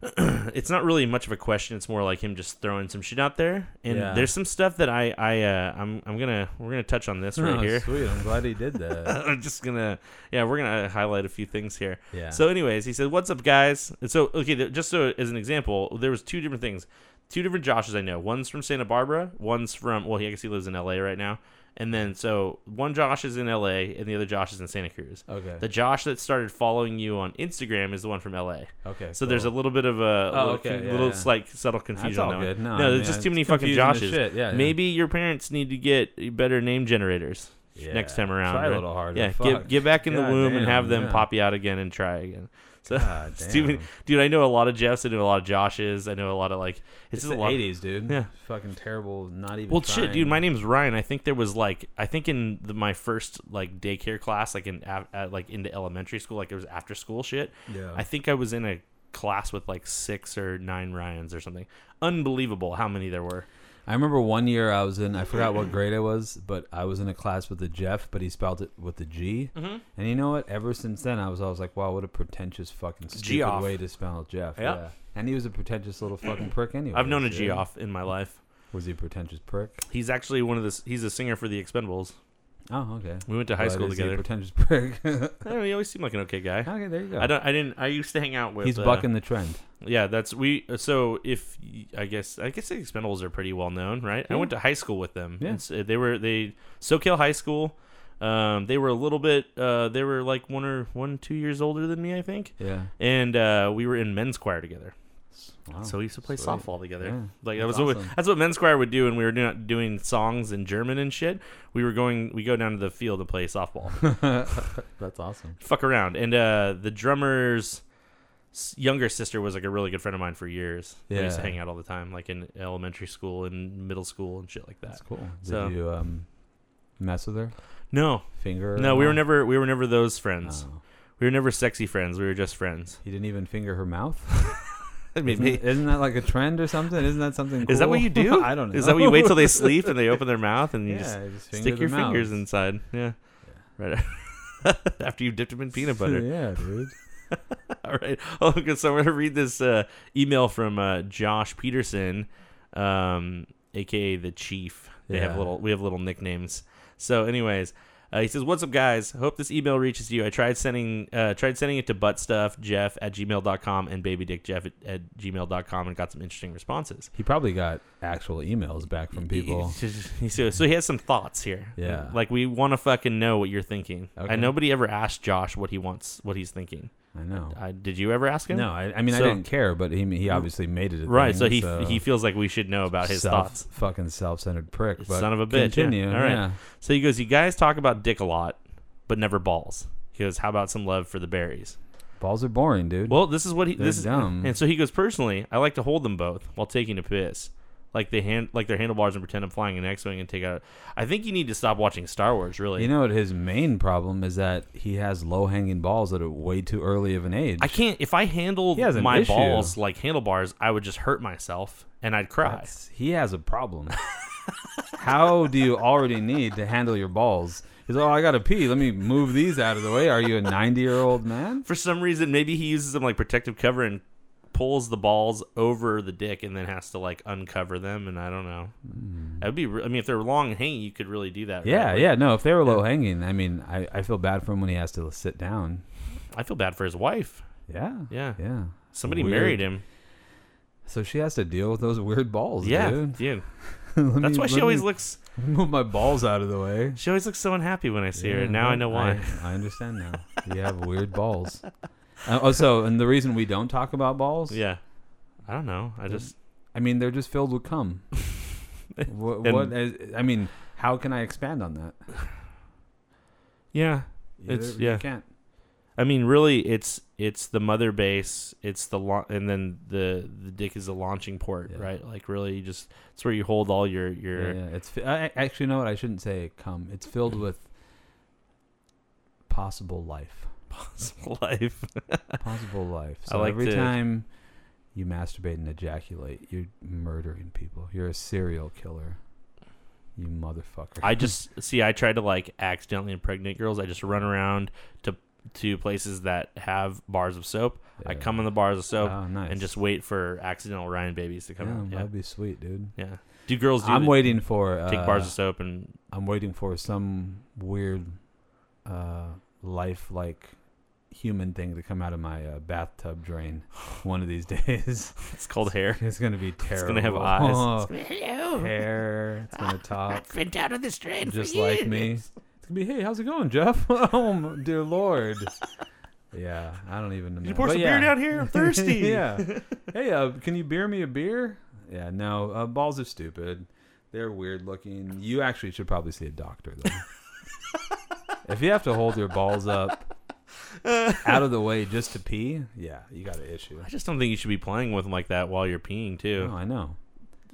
[SPEAKER 4] it's not really much of a question. It's more like him just throwing some shit out there. And
[SPEAKER 5] Yeah.
[SPEAKER 4] there's some stuff that I I uh, I'm I'm gonna we're gonna touch on this right
[SPEAKER 5] Oh,
[SPEAKER 4] here.
[SPEAKER 5] Sweet. I'm glad he did that.
[SPEAKER 4] I'm just gonna yeah we're gonna highlight a few things here.
[SPEAKER 5] Yeah.
[SPEAKER 4] So anyways, he said, "What's up, guys?" And so okay, th- just so as an example, there was two different things, two different Joshes I know. One's from Santa Barbara, one's from well, he I guess he lives in L.A. right now. And then so one Josh is in L.A. and the other Josh is in Santa Cruz.
[SPEAKER 5] Okay.
[SPEAKER 4] The Josh that started following you on Instagram is the one from L.A.
[SPEAKER 5] Okay,
[SPEAKER 4] So there's a
[SPEAKER 5] cool. Oh,
[SPEAKER 4] little bit of a little,
[SPEAKER 5] okay,
[SPEAKER 4] con-
[SPEAKER 5] yeah,
[SPEAKER 4] little
[SPEAKER 5] yeah.
[SPEAKER 4] slight subtle confusion.
[SPEAKER 5] all
[SPEAKER 4] on that one.
[SPEAKER 5] good. No, I
[SPEAKER 4] no,
[SPEAKER 5] mean,
[SPEAKER 4] there's just too
[SPEAKER 5] it's
[SPEAKER 4] many fucking
[SPEAKER 5] confusing as
[SPEAKER 4] Joshes.
[SPEAKER 5] shit. Yeah, yeah.
[SPEAKER 4] Maybe your parents need to get better name generators
[SPEAKER 5] Yeah.
[SPEAKER 4] next time around.
[SPEAKER 5] Try a
[SPEAKER 4] right?
[SPEAKER 5] little harder.
[SPEAKER 4] Yeah,
[SPEAKER 5] Fuck.
[SPEAKER 4] get get back in the
[SPEAKER 5] God
[SPEAKER 4] womb and
[SPEAKER 5] damn,
[SPEAKER 4] have them
[SPEAKER 5] yeah.
[SPEAKER 4] pop you out again and try again. So,
[SPEAKER 5] God
[SPEAKER 4] it's too many-
[SPEAKER 5] damn.
[SPEAKER 4] dude, I know a lot of Jeffs. I know a lot of Joshes. I know a lot of like it's,
[SPEAKER 5] It's
[SPEAKER 4] just
[SPEAKER 5] the
[SPEAKER 4] a lot.
[SPEAKER 5] 80s, dude.
[SPEAKER 4] Yeah.
[SPEAKER 5] Fucking terrible. Not even.
[SPEAKER 4] Well,
[SPEAKER 5] trying.
[SPEAKER 4] shit, dude. My name's Ryan. I think there was like, I think in the, my first like daycare class, like in af- at, like into elementary school, like it was after school shit.
[SPEAKER 5] Yeah.
[SPEAKER 4] I think I was in a class with like six or nine Ryans or something. Unbelievable how many there were.
[SPEAKER 5] I remember one year I was in. I forgot what grade I was, but I was in a class with a Jeff, but he spelled it with a G.
[SPEAKER 4] Mm-hmm.
[SPEAKER 5] And you know what? Ever since then, I was always like, "Wow, what a pretentious fucking stupid
[SPEAKER 4] G-off.
[SPEAKER 5] way to spell Jeff."
[SPEAKER 4] Yeah.
[SPEAKER 5] And he was a pretentious little fucking prick anyway.
[SPEAKER 4] I've known a G off in my life.
[SPEAKER 5] Was he a pretentious prick?
[SPEAKER 4] He's actually one of the. s- He's a singer for the Expendables.
[SPEAKER 5] Oh, okay.
[SPEAKER 4] We went to high
[SPEAKER 5] Well,
[SPEAKER 4] school
[SPEAKER 5] is he a
[SPEAKER 4] together.
[SPEAKER 5] pretentious prick.
[SPEAKER 4] I don't know, he always seemed like an okay guy.
[SPEAKER 5] okay, there you go.
[SPEAKER 4] I don't. I didn't. I used to hang out with.
[SPEAKER 5] He's
[SPEAKER 4] uh,
[SPEAKER 5] bucking the trend.
[SPEAKER 4] Yeah, that's we. So if y- I guess I guess the Expendables are pretty well known, right? I went to high school with them.
[SPEAKER 5] Yeah.
[SPEAKER 4] It's- uh, they were they SoCal High School. Um, they were a little bit. Uh, they were like one or one two years older than me, I think.
[SPEAKER 5] Yeah.
[SPEAKER 4] And uh, we were in men's choir together.
[SPEAKER 5] Wow.
[SPEAKER 4] So we used to play
[SPEAKER 5] Sweet.
[SPEAKER 4] softball together.
[SPEAKER 5] Yeah,
[SPEAKER 4] Like that
[SPEAKER 5] that's
[SPEAKER 4] was what
[SPEAKER 5] awesome.
[SPEAKER 4] that's what men's choir would do, and we were doing, doing songs in German and shit. We were going, we go down to the field and play softball,
[SPEAKER 5] That's awesome.
[SPEAKER 4] fuck around. And uh, the drummer's s- younger sister was like a really good friend of mine for years. We used to
[SPEAKER 5] Yeah.
[SPEAKER 4] hang out all the time, like in elementary school and middle school and shit like that.
[SPEAKER 5] That's cool. Did
[SPEAKER 4] So-
[SPEAKER 5] you um, mess with her
[SPEAKER 4] No,
[SPEAKER 5] finger?
[SPEAKER 4] no, we were
[SPEAKER 5] never.
[SPEAKER 4] never, we were never those friends.
[SPEAKER 5] Oh.
[SPEAKER 4] We were never sexy friends. We were just friends.
[SPEAKER 5] He didn't even finger her mouth.
[SPEAKER 4] I
[SPEAKER 5] Isn't, isn't that like a trend or something? Isn't that something? Cool?
[SPEAKER 4] Is that what you do?
[SPEAKER 5] I don't know.
[SPEAKER 4] Is that what you wait till they sleep and they open their mouth and you
[SPEAKER 5] Yeah,
[SPEAKER 4] just
[SPEAKER 5] you just finger
[SPEAKER 4] stick your
[SPEAKER 5] them out.
[SPEAKER 4] fingers inside? Yeah. Right. After you've dipped them in peanut butter.
[SPEAKER 5] yeah, dude.
[SPEAKER 4] All right. Oh, good. So I'm going to read this uh, email from uh, Josh Peterson, um, aka the Chief. They have
[SPEAKER 5] Yeah.
[SPEAKER 4] little. We have little nicknames. So, anyways. Uh, he says, "What's up, guys? Hope this email reaches you. I tried sending uh, tried sending it to buttstuffjeff at gmail.com and babydickjeff at, at gmail.com and got some interesting responses.
[SPEAKER 5] He probably got actual emails back from people.
[SPEAKER 4] So, so he has some thoughts here.
[SPEAKER 5] Yeah.
[SPEAKER 4] Like we want to fucking know what you're thinking.
[SPEAKER 5] Okay.
[SPEAKER 4] And nobody ever asked Josh what he wants, what he's thinking.
[SPEAKER 5] I know.
[SPEAKER 4] I, did you ever ask him?
[SPEAKER 5] no, I, I mean
[SPEAKER 4] So- Mm.
[SPEAKER 5] I didn't care, but he he obviously made it. A
[SPEAKER 4] Right.
[SPEAKER 5] thing,
[SPEAKER 4] so he he feels like we should know about his
[SPEAKER 5] self,
[SPEAKER 4] thoughts.
[SPEAKER 5] Fucking self-centered prick. But
[SPEAKER 4] Son of a bitch. yeah.
[SPEAKER 5] Continue.
[SPEAKER 4] All right.
[SPEAKER 5] yeah.
[SPEAKER 4] So he goes, you guys talk about dick a lot, but never balls. He goes, how about some love for the berries?
[SPEAKER 5] Balls are boring, dude.
[SPEAKER 4] Well, this is what he.
[SPEAKER 5] They're
[SPEAKER 4] this is,
[SPEAKER 5] dumb.
[SPEAKER 4] And so he goes. Personally, I like to hold them both while taking a piss, like they hand, like their handlebars, and pretend I'm flying an X-wing and take out. I think you need to stop watching Star Wars. Really,
[SPEAKER 5] you know what? His main problem is that he has low-hanging balls at a way too early of an age.
[SPEAKER 4] I can't. If I handled
[SPEAKER 5] He has an
[SPEAKER 4] my
[SPEAKER 5] issue.
[SPEAKER 4] balls like handlebars, I would just hurt myself and I'd cry.
[SPEAKER 5] That's- he has a problem. How do you already need to handle your balls? He's oh, I gotta pee. Let me move these out of the way. Are you a ninety-year-old man?
[SPEAKER 4] For some reason, maybe he uses them like protective cover and pulls the balls over the dick and then has to like uncover them. And I don't know. That would be. re- I mean, if they're long and hanging, you could really do that.
[SPEAKER 5] Hmm. Yeah,
[SPEAKER 4] right?
[SPEAKER 5] yeah. No, if they were low-hanging, I mean, I, I feel bad for him when he has to sit down.
[SPEAKER 4] I feel bad for his wife.
[SPEAKER 5] Yeah,
[SPEAKER 4] Yeah.
[SPEAKER 5] yeah.
[SPEAKER 4] Somebody
[SPEAKER 5] Weird.
[SPEAKER 4] married him.
[SPEAKER 5] So she has to deal with those weird balls.
[SPEAKER 4] Yeah,
[SPEAKER 5] dude.
[SPEAKER 4] dude.
[SPEAKER 5] Let
[SPEAKER 4] That's
[SPEAKER 5] me-
[SPEAKER 4] why she
[SPEAKER 5] let
[SPEAKER 4] always
[SPEAKER 5] me
[SPEAKER 4] looks.
[SPEAKER 5] move my balls out of the way.
[SPEAKER 4] She always looks so unhappy when I see her.
[SPEAKER 5] Yeah,
[SPEAKER 4] Now I
[SPEAKER 5] right.
[SPEAKER 4] know why.
[SPEAKER 5] I, I understand now. You have weird balls. Uh, also, and the reason we don't talk about balls,
[SPEAKER 4] yeah. I don't know. I just
[SPEAKER 5] I mean, they're just filled with cum. what,
[SPEAKER 4] And-
[SPEAKER 5] what? is- I mean, how can I expand on that?
[SPEAKER 4] yeah.
[SPEAKER 5] You-
[SPEAKER 4] It's-
[SPEAKER 5] you
[SPEAKER 4] yeah.
[SPEAKER 5] can't.
[SPEAKER 4] I mean, really, it's it's the mother base, it's the la- and then the the dick is the launching port,
[SPEAKER 5] Yeah.
[SPEAKER 4] right? Like really, you just it's where you hold all your
[SPEAKER 5] Yeah,
[SPEAKER 4] your.
[SPEAKER 5] yeah, it's fi- I, I- actually you know what I shouldn't say. Cum. It's filled with possible life.
[SPEAKER 4] life.
[SPEAKER 5] Possible life.
[SPEAKER 4] I
[SPEAKER 5] So
[SPEAKER 4] like
[SPEAKER 5] every
[SPEAKER 4] to-
[SPEAKER 5] time you masturbate and ejaculate, you're murdering people. You're a serial killer. You motherfucker.
[SPEAKER 4] I just see. I try to like accidentally impregnate girls. I just run around to to places that have bars of soap. I come in the bars of soap
[SPEAKER 5] Oh, nice.
[SPEAKER 4] and just wait for accidental Ryan babies to come
[SPEAKER 5] Yeah,
[SPEAKER 4] out. Yeah.
[SPEAKER 5] that'd be sweet, dude.
[SPEAKER 4] yeah. Do girls do
[SPEAKER 5] I'm
[SPEAKER 4] that?
[SPEAKER 5] waiting for uh,
[SPEAKER 4] take bars of soap and
[SPEAKER 5] I'm waiting for some weird, uh, life-like human thing to come out of my uh, bathtub drain one of these days.
[SPEAKER 4] it's called hair.
[SPEAKER 5] it's gonna be terrible.
[SPEAKER 4] It's gonna have eyes.
[SPEAKER 5] Oh,
[SPEAKER 1] It's gonna- Hello.
[SPEAKER 5] hair. It's gonna talk
[SPEAKER 1] I've been down on this train for
[SPEAKER 5] just like me.
[SPEAKER 1] years.
[SPEAKER 5] It's gonna be, hey, how's it going, Jeff? oh, my dear lord. Yeah, I don't even know.
[SPEAKER 4] Did you pour
[SPEAKER 5] But
[SPEAKER 4] some
[SPEAKER 5] yeah.
[SPEAKER 4] beer down here? I'm thirsty.
[SPEAKER 5] yeah. Hey, uh, can you beer me a beer? Yeah, no. Uh, balls are stupid. They're weird looking. You actually should probably see a doctor though. if you have to hold your balls up out of the way just to pee, yeah, you got an issue.
[SPEAKER 4] I just don't think you should be playing with them like that while you're peeing too.
[SPEAKER 5] No, I know.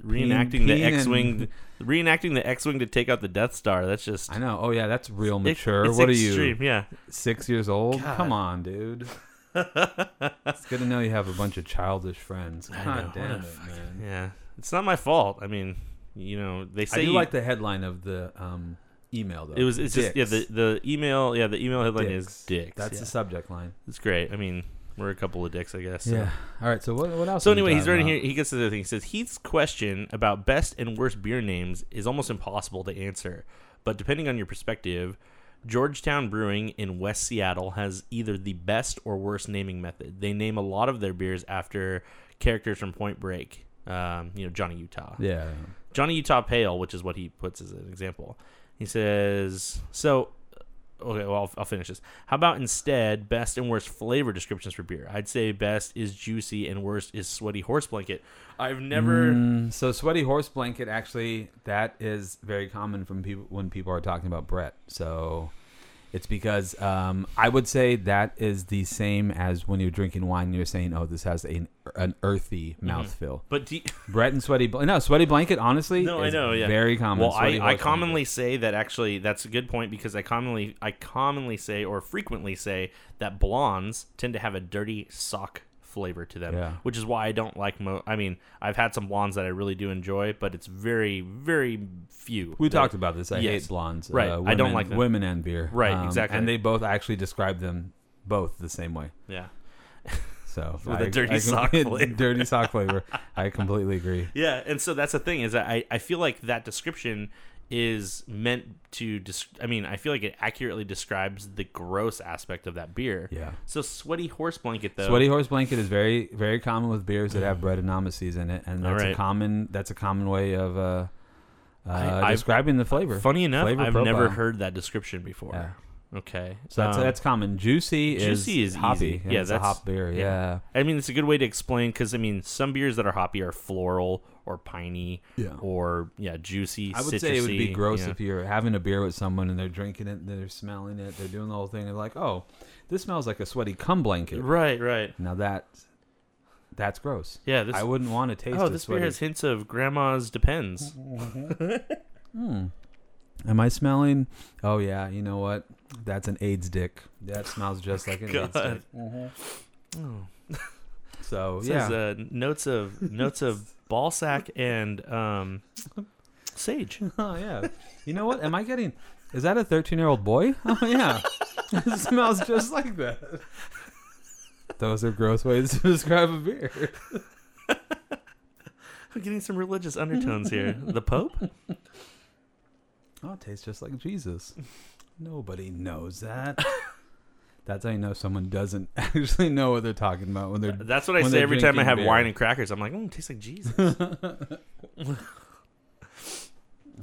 [SPEAKER 4] reenacting
[SPEAKER 5] peeing
[SPEAKER 4] the
[SPEAKER 5] and-
[SPEAKER 4] X-wing, reenacting the X-wing to take out the Death Star. That's just
[SPEAKER 5] I know. Oh yeah, that's real
[SPEAKER 4] it-
[SPEAKER 5] mature.
[SPEAKER 4] it's
[SPEAKER 5] what
[SPEAKER 4] extreme,
[SPEAKER 5] are you?
[SPEAKER 4] Yeah,
[SPEAKER 5] Six years old? Come on, dude. it's good to know you have a bunch of childish friends.
[SPEAKER 4] I
[SPEAKER 5] God
[SPEAKER 4] know, what
[SPEAKER 5] damn
[SPEAKER 4] a
[SPEAKER 5] it, man.
[SPEAKER 4] yeah. It's not my fault. I mean, you know, they say
[SPEAKER 5] I do
[SPEAKER 4] you-
[SPEAKER 5] like the headline of the um, email though.
[SPEAKER 4] It was. It's just yeah. The
[SPEAKER 5] Dicks.
[SPEAKER 4] the email. Yeah, the email headline is dicks.
[SPEAKER 5] That's
[SPEAKER 4] yeah.
[SPEAKER 5] the subject line.
[SPEAKER 4] It's great. I mean, we're a couple of dicks, I guess. so.
[SPEAKER 5] All right. So what, what else?
[SPEAKER 4] So
[SPEAKER 5] are we
[SPEAKER 4] anyway, he's
[SPEAKER 5] talking
[SPEAKER 4] writing here.
[SPEAKER 5] about?
[SPEAKER 4] He gets to the other thing. He says Heath's question about best and worst beer names is almost impossible to answer, but depending on your perspective, Georgetown Brewing in West Seattle has either the best or worst naming method. They name a lot of their beers after characters from Point Break. Um, you know Johnny Utah.
[SPEAKER 5] Yeah.
[SPEAKER 4] Johnny Utah Pale, which is what he puts as an example. He says, so, okay, well, I'll, I'll finish this. How about instead best and worst flavor descriptions for beer? I'd say best is juicy and worst is sweaty horse blanket. I've never.
[SPEAKER 5] Mm, so sweaty horse blanket actually that is very common from people when people are talking about Brett. So it's because um, I would say that is the same as when you're drinking wine. You're saying, "Oh, this has an an earthy
[SPEAKER 4] Mm-hmm.
[SPEAKER 5] mouthfeel."
[SPEAKER 4] But do you-
[SPEAKER 5] Brett and sweaty bl- no sweaty blanket. Honestly,
[SPEAKER 4] no, I
[SPEAKER 5] is
[SPEAKER 4] know, yeah,
[SPEAKER 5] very common.
[SPEAKER 4] Well,
[SPEAKER 5] Sweaty
[SPEAKER 4] I, I
[SPEAKER 5] horse blanket.
[SPEAKER 4] commonly say that actually that's a good point because I commonly I commonly say or frequently say that blondes tend to have a dirty sock flavor to them,
[SPEAKER 5] Yeah.
[SPEAKER 4] which is why I don't like. Mo- I mean, I've had some blondes that I really do enjoy, but it's very very few.
[SPEAKER 5] We
[SPEAKER 4] that-
[SPEAKER 5] talked about this. I
[SPEAKER 4] Yes.
[SPEAKER 5] hate blondes.
[SPEAKER 4] Right.
[SPEAKER 5] Uh,
[SPEAKER 4] I don't
[SPEAKER 5] women-
[SPEAKER 4] like them.
[SPEAKER 5] women and beer. Um,
[SPEAKER 4] Right, exactly.
[SPEAKER 5] And they both actually describe them both the same way.
[SPEAKER 4] Yeah,
[SPEAKER 5] So
[SPEAKER 4] With a dirty sock flavor.
[SPEAKER 5] dirty sock flavor. I completely agree.
[SPEAKER 4] yeah, and so that's the thing is that I I feel like that description is meant to. Dis- I mean, I feel like it accurately describes the gross aspect of that beer.
[SPEAKER 5] Yeah.
[SPEAKER 4] So sweaty horse blanket though.
[SPEAKER 5] Sweaty horse blanket is very very common with beers that have bread and amices in it, and
[SPEAKER 4] All
[SPEAKER 5] that's a
[SPEAKER 4] right.
[SPEAKER 5] common that's a common way of uh, uh,
[SPEAKER 4] I-
[SPEAKER 5] describing the flavor.
[SPEAKER 4] Funny enough,
[SPEAKER 5] Flavor
[SPEAKER 4] I've
[SPEAKER 5] profile.
[SPEAKER 4] never heard that description before. Okay,
[SPEAKER 5] So that's
[SPEAKER 4] Um,
[SPEAKER 5] that's common. Juicy is
[SPEAKER 4] Juicy is
[SPEAKER 5] hoppy.
[SPEAKER 4] easy.
[SPEAKER 5] Yeah,
[SPEAKER 4] Yeah,
[SPEAKER 5] it's a
[SPEAKER 4] that's-
[SPEAKER 5] hop beer.
[SPEAKER 4] yeah.
[SPEAKER 5] yeah.
[SPEAKER 4] I mean, it's a good way to explain because I mean, some beers that are hoppy are floral or piney,
[SPEAKER 5] Yeah.
[SPEAKER 4] or yeah, juicy.
[SPEAKER 5] I would say it would be
[SPEAKER 4] citrusy,
[SPEAKER 5] gross
[SPEAKER 4] yeah.
[SPEAKER 5] if you're having a beer with someone and they're drinking it, and they're smelling it, they're doing the whole thing, and like, oh, this smells like a sweaty cum blanket.
[SPEAKER 4] Right, right.
[SPEAKER 5] Now that that's gross.
[SPEAKER 4] Yeah, this-
[SPEAKER 5] I wouldn't want to taste.
[SPEAKER 4] Oh,
[SPEAKER 5] a
[SPEAKER 4] this
[SPEAKER 5] sweaty.
[SPEAKER 4] beer has hints of grandma's depends.
[SPEAKER 5] Am I smelling? Oh yeah, you know what? That's an AIDS dick. That smells just like an AIDS
[SPEAKER 4] God.
[SPEAKER 5] dick. Mm-hmm. So
[SPEAKER 4] It
[SPEAKER 5] yeah,
[SPEAKER 4] says, uh, notes of notes of ball sack and um, sage.
[SPEAKER 5] oh yeah. You know what? Am I getting? Is that a thirteen-year-old boy? Oh yeah, it smells just like that. Those are gross ways to describe a beer.
[SPEAKER 4] I'm getting some religious undertones here. The Pope.
[SPEAKER 5] Oh, it tastes just like Jesus. Nobody knows that. That's how you know someone doesn't actually know what they're talking about when they're.
[SPEAKER 4] That's what I
[SPEAKER 5] when
[SPEAKER 4] say
[SPEAKER 5] they're
[SPEAKER 4] every time I
[SPEAKER 5] drinking
[SPEAKER 4] have
[SPEAKER 5] beer.
[SPEAKER 4] wine and crackers. I'm like, mm, it tastes like Jesus.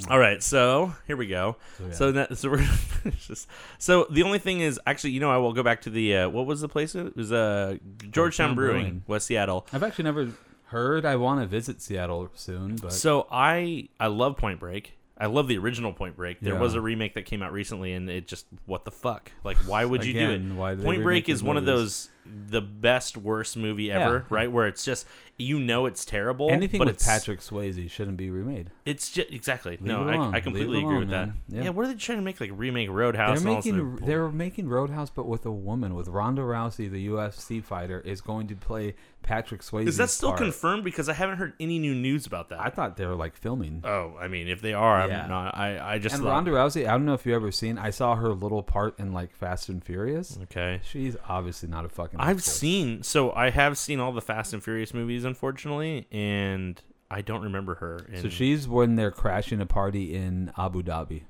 [SPEAKER 4] All right, so here we go. So,
[SPEAKER 5] yeah.
[SPEAKER 4] that, so we're gonna finish this. so the only thing is actually, you know, I will go back to the uh, what was the place? It was uh, Georgetown
[SPEAKER 5] Georgetown
[SPEAKER 4] Brewing,
[SPEAKER 5] Brewing.
[SPEAKER 4] West Seattle.
[SPEAKER 5] I've actually never heard. I want to visit Seattle soon, but
[SPEAKER 4] So I I love Point Break. I love the original Point Break. There
[SPEAKER 5] Yeah.
[SPEAKER 4] was a remake that came out recently, and it just what the fuck? Like, why would you do
[SPEAKER 5] Again,
[SPEAKER 4] it?
[SPEAKER 5] why do they
[SPEAKER 4] Point
[SPEAKER 5] remake
[SPEAKER 4] Break
[SPEAKER 5] these
[SPEAKER 4] is one of
[SPEAKER 5] movies?
[SPEAKER 4] those the best worst movie ever,
[SPEAKER 5] Yeah.
[SPEAKER 4] right? Where it's just you know it's terrible.
[SPEAKER 5] Anything
[SPEAKER 4] but
[SPEAKER 5] with
[SPEAKER 4] it's,
[SPEAKER 5] Patrick Swayze shouldn't be remade.
[SPEAKER 4] It's just exactly no.
[SPEAKER 5] it
[SPEAKER 4] I,
[SPEAKER 5] alone.
[SPEAKER 4] I
[SPEAKER 5] Leave
[SPEAKER 4] completely
[SPEAKER 5] it
[SPEAKER 4] agree with
[SPEAKER 5] alone,
[SPEAKER 4] that.
[SPEAKER 5] man. Yeah.
[SPEAKER 4] Yeah, what are they trying to make like remake Roadhouse?
[SPEAKER 5] they're
[SPEAKER 4] and all this
[SPEAKER 5] making
[SPEAKER 4] other-
[SPEAKER 5] they're making Roadhouse, but with a woman. With Ronda Rousey, the UFC fighter, is going to play Patrick Swayze.
[SPEAKER 4] Is that still
[SPEAKER 5] part.
[SPEAKER 4] confirmed? Because I haven't heard any new news about that.
[SPEAKER 5] I thought they were like filming.
[SPEAKER 4] oh, I mean, if they are, I'm
[SPEAKER 5] Yeah.
[SPEAKER 4] not. I I just
[SPEAKER 5] and
[SPEAKER 4] thought,
[SPEAKER 5] Ronda Rousey, I don't know if you ever seen. I saw her little part in like Fast and Furious.
[SPEAKER 4] okay.
[SPEAKER 5] She's obviously not a fucking.
[SPEAKER 4] Mm. I've
[SPEAKER 5] actress.
[SPEAKER 4] seen so I have seen all the Fast and Furious movies, unfortunately, and I don't remember her. In,
[SPEAKER 5] So she's when they're crashing a party in Abu Dhabi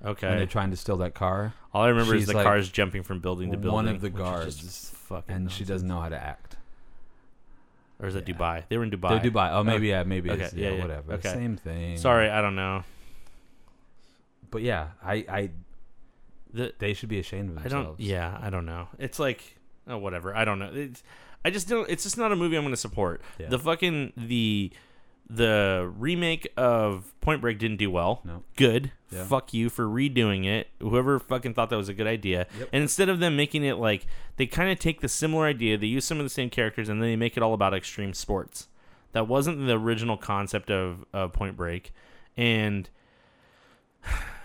[SPEAKER 5] when
[SPEAKER 4] okay.
[SPEAKER 5] they're trying to steal that car.
[SPEAKER 4] all I remember is
[SPEAKER 5] she's
[SPEAKER 4] the
[SPEAKER 5] like
[SPEAKER 4] cars jumping from building to building.
[SPEAKER 5] One of the
[SPEAKER 4] which is just
[SPEAKER 5] guards,
[SPEAKER 4] fucking
[SPEAKER 5] and she
[SPEAKER 4] nonsense.
[SPEAKER 5] doesn't know how to act.
[SPEAKER 4] Or is it Dubai? They were in
[SPEAKER 5] They're
[SPEAKER 4] Dubai.
[SPEAKER 5] Dubai. Oh, maybe yeah, maybe
[SPEAKER 4] Okay,
[SPEAKER 5] it's,
[SPEAKER 4] yeah,
[SPEAKER 5] yeah,
[SPEAKER 4] yeah.
[SPEAKER 5] whatever.
[SPEAKER 4] Okay.
[SPEAKER 5] Same thing.
[SPEAKER 4] Sorry, I don't know.
[SPEAKER 5] but yeah, I, I
[SPEAKER 4] The,
[SPEAKER 5] they should be ashamed of
[SPEAKER 4] I
[SPEAKER 5] themselves.
[SPEAKER 4] don't. Yeah, I don't know. It's like oh, whatever. I don't know. It's, I just don't. It's just not a movie I'm going to support.
[SPEAKER 5] Yeah.
[SPEAKER 4] The fucking the the remake of Point Break didn't do well.
[SPEAKER 5] No.
[SPEAKER 4] Good.
[SPEAKER 5] Yeah.
[SPEAKER 4] Fuck you for redoing it. Whoever fucking thought that was a good idea.
[SPEAKER 5] Yep.
[SPEAKER 4] And instead of them making it like they kind of take the similar idea, they use some of the same characters, and then they make it all about extreme sports. That wasn't the original concept of, of Point Break, and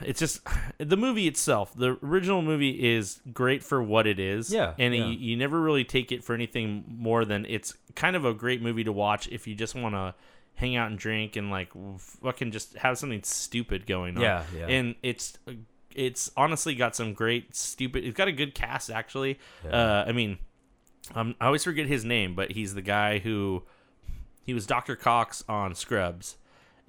[SPEAKER 4] it's just the movie itself. The original movie is great for what it is.
[SPEAKER 5] Yeah,
[SPEAKER 4] and
[SPEAKER 5] yeah.
[SPEAKER 4] You, you never really take it for anything more than it's kind of a great movie to watch if you just want to hang out and drink and like fucking just have something stupid going on.
[SPEAKER 5] Yeah, yeah.
[SPEAKER 4] And it's it's honestly got some great stupid. It's got a good cast actually. Uh, I mean, um, I always forget his name, but he's the guy who he was Dr. Cox on Scrubs,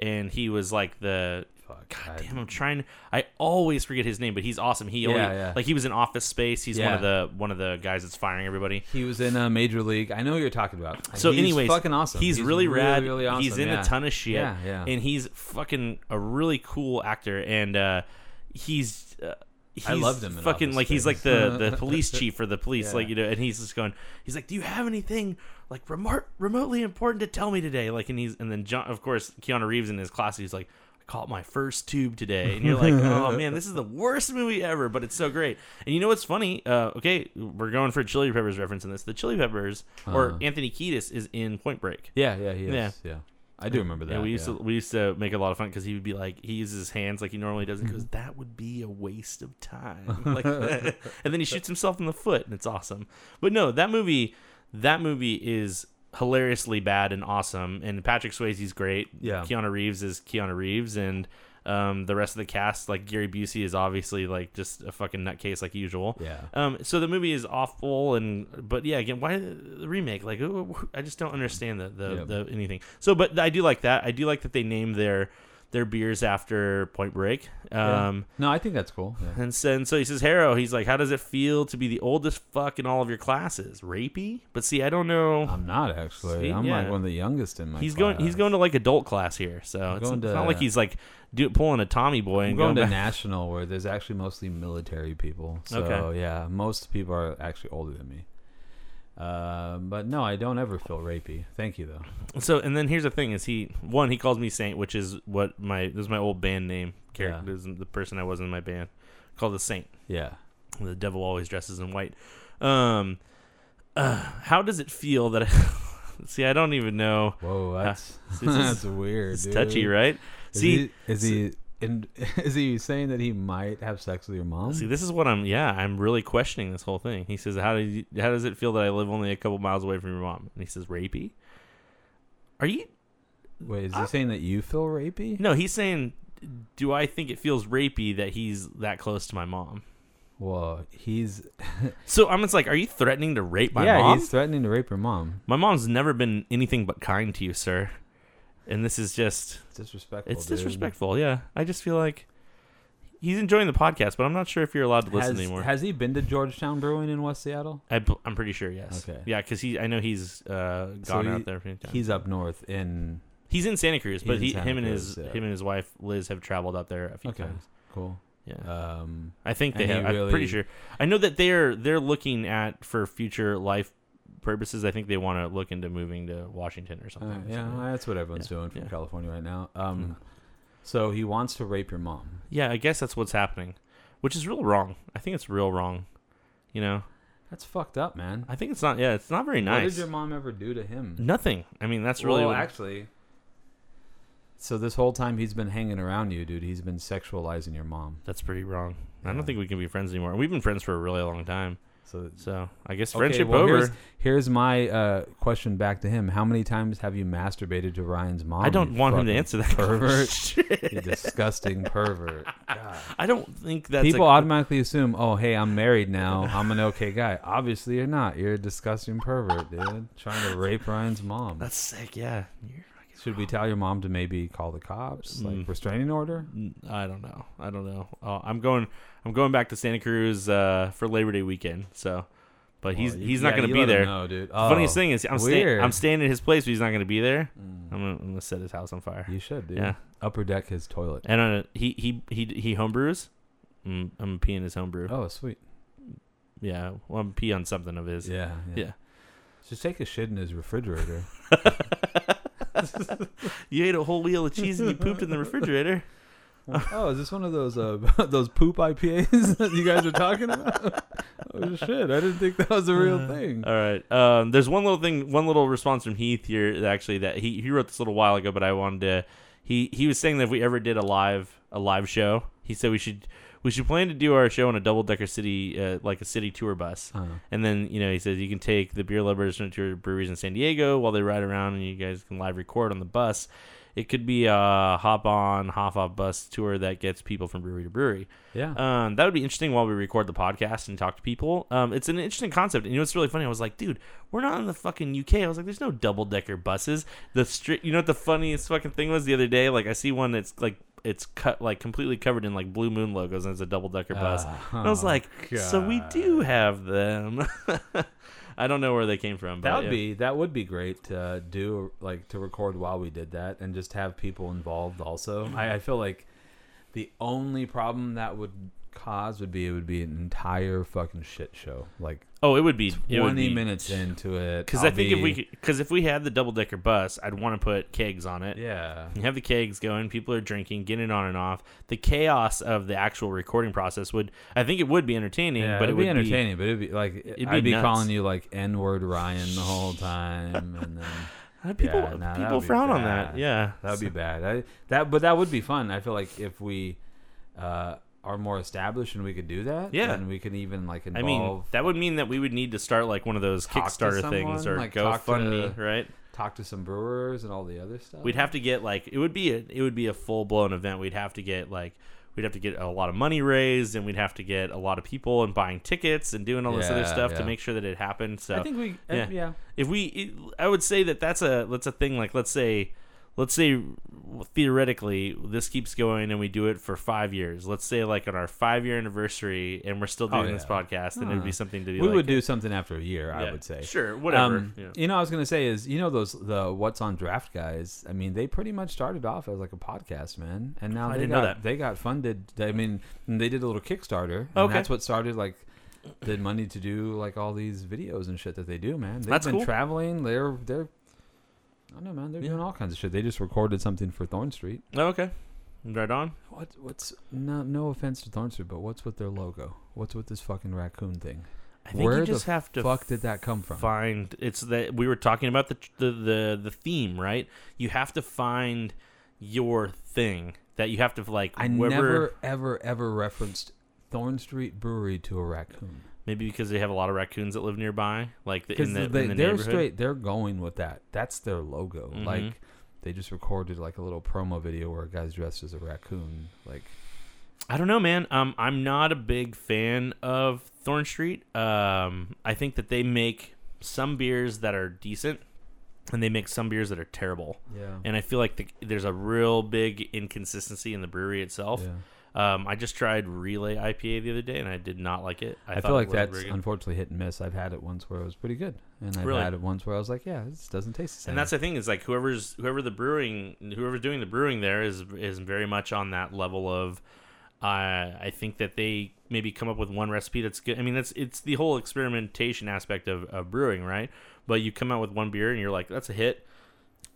[SPEAKER 4] and he was like the.
[SPEAKER 5] Fuck,
[SPEAKER 4] God
[SPEAKER 5] I-
[SPEAKER 4] damn, I'm trying. I always forget his name, but he's awesome. He always,
[SPEAKER 5] yeah.
[SPEAKER 4] like he was in Office Space. He's one of
[SPEAKER 5] Yeah.
[SPEAKER 4] the one of the guys that's firing everybody.
[SPEAKER 5] He was in a major league. I know what you're talking about.
[SPEAKER 4] So,
[SPEAKER 5] he's
[SPEAKER 4] anyways,
[SPEAKER 5] fucking awesome.
[SPEAKER 4] He's, really, rad.
[SPEAKER 5] really awesome,
[SPEAKER 4] He's in
[SPEAKER 5] yeah.
[SPEAKER 4] a ton of shit.
[SPEAKER 5] Yeah, yeah.
[SPEAKER 4] And he's fucking a really cool actor. And uh, he's. Uh, He's
[SPEAKER 5] I loved him in
[SPEAKER 4] fucking
[SPEAKER 5] Office
[SPEAKER 4] like he's like
[SPEAKER 5] Space.
[SPEAKER 4] the, the police chief for the police,
[SPEAKER 5] Yeah.
[SPEAKER 4] like you know, and he's just going. He's like, "Do you have anything like remor- remotely important to tell me today?" Like, and he's and then John, of course, Keanu Reeves in his class, he's like, "I caught my first tube today," and you're like, "Oh man, this is the worst movie ever," but it's so great. And you know what's funny? Uh, okay, we're going for a Chili Peppers reference in this. The Chili Peppers
[SPEAKER 5] Uh-huh.
[SPEAKER 4] or Anthony Kiedis is in Point Break.
[SPEAKER 5] Yeah, yeah, he is.
[SPEAKER 4] Yeah.
[SPEAKER 5] Yeah, I do remember that.
[SPEAKER 4] Yeah, we used
[SPEAKER 5] yeah.
[SPEAKER 4] to we used to make a lot of fun because he would be like he uses his hands like he normally does and goes
[SPEAKER 5] Mm-hmm.
[SPEAKER 4] that would be a waste of time like and then he shoots himself in the foot and it's awesome but no that movie that movie is hilariously bad and awesome and Patrick Swayze's great
[SPEAKER 5] Yeah.
[SPEAKER 4] Keanu Reeves is Keanu Reeves and um, the rest of the cast like Gary Busey is obviously like just a fucking nutcase like usual
[SPEAKER 5] Yeah.
[SPEAKER 4] um, so the movie is awful, and but yeah, again, why the remake? Like, oh, I just don't understand the the,
[SPEAKER 5] Yeah.
[SPEAKER 4] the anything. So, but I do like that. I do like that they named their their beers after Point Break.
[SPEAKER 5] Yeah.
[SPEAKER 4] Um,
[SPEAKER 5] no, I think that's cool. Yeah.
[SPEAKER 4] and so, and so he says, Harrow. He's like, how does it feel to be the oldest fuck in all of your classes? Rapey? But see, I don't know.
[SPEAKER 5] I'm not actually.
[SPEAKER 4] See,
[SPEAKER 5] I'm
[SPEAKER 4] yeah.
[SPEAKER 5] like one of the youngest in my.
[SPEAKER 4] he's going. He's
[SPEAKER 5] Oh, class.
[SPEAKER 4] going to like adult class here, so it's,
[SPEAKER 5] going
[SPEAKER 4] it's not
[SPEAKER 5] to-
[SPEAKER 4] like he's like do, pulling a Tommy boy and
[SPEAKER 5] I'm going, to
[SPEAKER 4] back-
[SPEAKER 5] national where there's actually mostly military people. So
[SPEAKER 4] Okay.
[SPEAKER 5] yeah, most people are actually older than me. Uh, but no, I don't ever feel rapey. Thank you though.
[SPEAKER 4] So and then here's the thing: is he one? He calls me Saint, which is what my this is my old band name. Character,
[SPEAKER 5] Yeah.
[SPEAKER 4] this is the person I was in my band called the Saint.
[SPEAKER 5] Yeah.
[SPEAKER 4] The devil always dresses in white. Um, uh, how does it feel that? see, I don't even know.
[SPEAKER 5] Whoa, that's
[SPEAKER 4] this is-
[SPEAKER 5] that's weird.
[SPEAKER 4] It's
[SPEAKER 5] dude.
[SPEAKER 4] touchy, right?
[SPEAKER 5] Is
[SPEAKER 4] see,
[SPEAKER 5] he, is he in, is he saying that he might have sex with your mom?
[SPEAKER 4] see, this is what I'm. Yeah, I'm really questioning this whole thing. He says, "How do you, how does it feel that I live only a couple miles away from your mom?" And he says, "Rapey." Are you
[SPEAKER 5] Wait, is he saying that you feel rapey?
[SPEAKER 4] No, he's saying, do I think it feels rapey that he's that close to my mom?
[SPEAKER 5] Well, he's
[SPEAKER 4] So I'm just like, are you threatening to rape my
[SPEAKER 5] yeah,
[SPEAKER 4] mom?
[SPEAKER 5] he's threatening to rape your mom.
[SPEAKER 4] My mom's never been anything but kind to you, sir. And this is just,
[SPEAKER 5] It's disrespectful.
[SPEAKER 4] it's
[SPEAKER 5] dude.
[SPEAKER 4] disrespectful. Yeah. I just feel like he's enjoying the podcast, but I'm not sure if you're allowed to listen
[SPEAKER 5] has,
[SPEAKER 4] anymore.
[SPEAKER 5] Has he been to Georgetown Brewing in West Seattle?
[SPEAKER 4] I, bl- I'm pretty sure, yes.
[SPEAKER 5] Okay.
[SPEAKER 4] Yeah, because he, I know he's uh, gone
[SPEAKER 5] So
[SPEAKER 4] out
[SPEAKER 5] he-
[SPEAKER 4] there. a few times.
[SPEAKER 5] He's up north in.
[SPEAKER 4] he's in Santa Cruz,
[SPEAKER 5] He's
[SPEAKER 4] but
[SPEAKER 5] in
[SPEAKER 4] he,
[SPEAKER 5] Santa
[SPEAKER 4] him and
[SPEAKER 5] Cruz,
[SPEAKER 4] his
[SPEAKER 5] yeah.
[SPEAKER 4] him and his wife Liz have traveled up there a few
[SPEAKER 5] Okay,
[SPEAKER 4] times.
[SPEAKER 5] cool.
[SPEAKER 4] Yeah.
[SPEAKER 5] Um,
[SPEAKER 4] I think they
[SPEAKER 5] And he
[SPEAKER 4] have. I'm pretty
[SPEAKER 5] really-
[SPEAKER 4] sure. I know that they're they're looking at for future life purposes. I think they want to look into moving to Washington or something.
[SPEAKER 5] uh,
[SPEAKER 4] or
[SPEAKER 5] yeah,
[SPEAKER 4] something.
[SPEAKER 5] that's what everyone's doing from
[SPEAKER 4] yeah. Hmm.
[SPEAKER 5] California right now. Um, so he wants to rape your mom.
[SPEAKER 4] yeah. I guess that's what's happening, which is real wrong. I think it's real wrong. You know,
[SPEAKER 5] That's fucked up, man.
[SPEAKER 4] I think it's not. Yeah, it's not very
[SPEAKER 5] What
[SPEAKER 4] nice.
[SPEAKER 5] did your mom ever do to him?
[SPEAKER 4] Nothing. I mean, that's really
[SPEAKER 5] well,
[SPEAKER 4] what,
[SPEAKER 5] actually. So this whole time he's been hanging around you, dude. He's been sexualizing your mom.
[SPEAKER 4] that's pretty wrong. I
[SPEAKER 5] Yeah.
[SPEAKER 4] don't think we can be friends anymore. We've been friends for a really long time.
[SPEAKER 5] So
[SPEAKER 4] So I guess
[SPEAKER 5] Okay,
[SPEAKER 4] friendship
[SPEAKER 5] well,
[SPEAKER 4] over.
[SPEAKER 5] Here's, here's my uh, question back to him: How many times have you masturbated to Ryan's mom?
[SPEAKER 4] I don't
[SPEAKER 5] you
[SPEAKER 4] want him to
[SPEAKER 5] fucking
[SPEAKER 4] answer that
[SPEAKER 5] Pervert,
[SPEAKER 4] question.
[SPEAKER 5] you disgusting pervert.
[SPEAKER 4] I don't think that's
[SPEAKER 5] People
[SPEAKER 4] a,
[SPEAKER 5] automatically assume, oh, hey, I'm married now. I'm an okay guy. Obviously, you're not. You're a disgusting pervert, dude. Trying to rape Ryan's mom.
[SPEAKER 4] That's sick. Yeah. You're fucking-
[SPEAKER 5] Should we tell your mom to maybe call the cops, like
[SPEAKER 4] Mm.
[SPEAKER 5] restraining order?
[SPEAKER 4] I don't know. I don't know. Uh, I'm going. I'm going back to Santa Cruz uh, for Labor Day weekend. So, but he's
[SPEAKER 5] Well, you-
[SPEAKER 4] he's not
[SPEAKER 5] yeah,
[SPEAKER 4] going
[SPEAKER 5] you
[SPEAKER 4] to be
[SPEAKER 5] let him
[SPEAKER 4] there.
[SPEAKER 5] know, dude.
[SPEAKER 4] The funniest
[SPEAKER 5] Oh,
[SPEAKER 4] thing is I'm
[SPEAKER 5] weird.
[SPEAKER 4] staying. I'm staying at his place, but he's not going to be there. I'm gonna, I'm gonna set his house on fire.
[SPEAKER 5] You should, dude.
[SPEAKER 4] Yeah.
[SPEAKER 5] Mm. Upper deck his toilet.
[SPEAKER 4] And uh, he he he he homebrews. Mm, I'm peeing his homebrew.
[SPEAKER 5] Oh, sweet.
[SPEAKER 4] Yeah, well, I'm pee on something of his.
[SPEAKER 5] Yeah, yeah.
[SPEAKER 4] Yeah.
[SPEAKER 5] Just take a shit in his refrigerator.
[SPEAKER 4] You ate a whole wheel of cheese and you pooped in the refrigerator.
[SPEAKER 5] oh, is this one of those uh, those poop IPAs that you guys are talking about? oh shit, I didn't think that was a real
[SPEAKER 4] Uh-huh.
[SPEAKER 5] thing.
[SPEAKER 4] All right. Um, there's one little thing, one little response from Heath here. that Actually, that he he wrote this a little while ago, but I wanted to. He he was saying that if we ever did a live a live show, he said we should we should plan to do our show on a double decker city uh, like a city tour bus.
[SPEAKER 5] Uh-huh.
[SPEAKER 4] And then you know he says you can take the beer lovers to your breweries in San Diego while they ride around, and you guys can live record on the bus. It could be a hop on, hop off bus tour that gets people from brewery to brewery.
[SPEAKER 5] Yeah.
[SPEAKER 4] Um, that would be interesting while we record the podcast and talk to people. Um, it's an interesting concept. And you know what's really funny? I was like, dude, we're not in the fucking UK. I was like, there's no double decker buses. The street. You know what the funniest fucking thing was the other day? Like I see one that's like it's cut like completely covered in like blue moon logos and it's a double decker bus.
[SPEAKER 5] Ah,
[SPEAKER 4] and I was like, so we
[SPEAKER 5] God.
[SPEAKER 4] do have them. I don't know where they came from. But
[SPEAKER 5] that would
[SPEAKER 4] yeah.
[SPEAKER 5] be that would be great to uh, do like to record while we did that and just have people involved also. I, I feel like the only problem that would cause would be it would be an entire fucking shit show. Like
[SPEAKER 4] Oh, it would be it would
[SPEAKER 5] twenty
[SPEAKER 4] be-
[SPEAKER 5] minutes into it.
[SPEAKER 4] Because
[SPEAKER 5] I'll
[SPEAKER 4] I think if
[SPEAKER 5] be-
[SPEAKER 4] we because if we had the double decker bus, I'd want to put kegs on it.
[SPEAKER 5] Yeah.
[SPEAKER 4] You have the kegs going, people are drinking, getting on and off. The chaos of the actual recording process would, I think it would be entertaining,
[SPEAKER 5] Yeah,
[SPEAKER 4] but it
[SPEAKER 5] it'd
[SPEAKER 4] would
[SPEAKER 5] be entertaining, but it'd be like
[SPEAKER 4] be
[SPEAKER 5] I'd be
[SPEAKER 4] nuts.
[SPEAKER 5] calling you like N word Ryan the whole time, and then
[SPEAKER 4] Uh, people
[SPEAKER 5] Yeah, nah, that
[SPEAKER 4] people
[SPEAKER 5] would be
[SPEAKER 4] frown on
[SPEAKER 5] bad.
[SPEAKER 4] that. Yeah,
[SPEAKER 5] that would be bad. I, that but that would be fun. I feel like if we uh, are more established and we could do that,
[SPEAKER 4] Yeah.
[SPEAKER 5] and we can even like
[SPEAKER 4] I
[SPEAKER 5] involve
[SPEAKER 4] mean, that would mean that we would need to start like one of those
[SPEAKER 5] Talk to
[SPEAKER 4] Kickstarter things
[SPEAKER 5] someone,
[SPEAKER 4] or
[SPEAKER 5] like, talk to-
[SPEAKER 4] GoFundMe, right?
[SPEAKER 5] talk to some brewers and all the other stuff.
[SPEAKER 4] We'd have to get like it would be a, it would be a full blown event. We'd have to get like we'd have to get a lot of money raised, and we'd have to get a lot of people and buying tickets and doing all this other
[SPEAKER 5] Yeah,
[SPEAKER 4] stuff to
[SPEAKER 5] yeah.
[SPEAKER 4] make sure that it happened. So
[SPEAKER 5] I think we. uh,
[SPEAKER 4] yeah.
[SPEAKER 5] Yeah.
[SPEAKER 4] if we it- i would say that that's a that's a thing like let's say let's say theoretically this keeps going and we do it for five years let's say like on our five year anniversary and we're still
[SPEAKER 5] Oh,
[SPEAKER 4] doing this
[SPEAKER 5] yeah.
[SPEAKER 4] podcast then it would be something to do
[SPEAKER 5] we
[SPEAKER 4] like,
[SPEAKER 5] would do something after a year. I
[SPEAKER 4] yeah,
[SPEAKER 5] would say.
[SPEAKER 4] sure whatever
[SPEAKER 5] Um,
[SPEAKER 4] yeah.
[SPEAKER 5] You know, I was gonna say is you know those the what's on draft guys. I mean, they pretty much started off as like a podcast, man, and now
[SPEAKER 4] I
[SPEAKER 5] they
[SPEAKER 4] didn't
[SPEAKER 5] got
[SPEAKER 4] know that.
[SPEAKER 5] they got funded. I mean, and they did a little Kickstarter, and
[SPEAKER 4] Okay.
[SPEAKER 5] that's what started like the money to do like all these videos and shit that they do, man. They've
[SPEAKER 4] That's
[SPEAKER 5] been
[SPEAKER 4] cool.
[SPEAKER 5] traveling. They're they're. I don't know, man. They're doing all kinds of shit. They just recorded something for Thorn Street.
[SPEAKER 4] Oh, okay right on
[SPEAKER 5] What? What's no? No offense to Thorn Street, but what's with their logo? What's with this fucking raccoon thing?
[SPEAKER 4] i think
[SPEAKER 5] Where
[SPEAKER 4] you just
[SPEAKER 5] the
[SPEAKER 4] have to
[SPEAKER 5] fuck did that come from?
[SPEAKER 4] find it's that we were talking about the, the the the theme right you have to find your thing that you have to like
[SPEAKER 5] I
[SPEAKER 4] whoever-
[SPEAKER 5] never, ever, ever referenced Thorn Street Brewery to a raccoon
[SPEAKER 4] maybe because they have a lot of raccoons that live nearby like the,
[SPEAKER 5] because
[SPEAKER 4] in the,
[SPEAKER 5] they,
[SPEAKER 4] in the
[SPEAKER 5] they're
[SPEAKER 4] neighborhood.
[SPEAKER 5] straight. They're going with that. That's their logo.
[SPEAKER 4] Mhm.
[SPEAKER 5] Like they just recorded like a little promo video where a guy's dressed as a raccoon. Like
[SPEAKER 4] I don't know, man. Um, I'm not a big fan of Thorn Street. Um, I think that they make some beers that are decent, and they make some beers that are terrible.
[SPEAKER 5] yeah,
[SPEAKER 4] And I feel like the, there's a real big inconsistency in the brewery itself.
[SPEAKER 5] yeah.
[SPEAKER 4] Um, I just tried Relay IPA the other day, and I did not like it.
[SPEAKER 5] I,
[SPEAKER 4] thought
[SPEAKER 5] feel
[SPEAKER 4] it
[SPEAKER 5] like
[SPEAKER 4] wasn't
[SPEAKER 5] that's
[SPEAKER 4] very good.
[SPEAKER 5] unfortunately hit and miss. I've had it once where it was pretty good, and I've
[SPEAKER 4] Really?
[SPEAKER 5] had it once where I was like, yeah, this doesn't taste the same.
[SPEAKER 4] And that's the thing is like whoever's whoever the brewing whoever's doing the brewing there is is very much on that level of uh, I think that they maybe come up with one recipe that's good. I mean that's it's the whole experimentation aspect of, of brewing, right? But you come out with one beer and you're like that's a hit.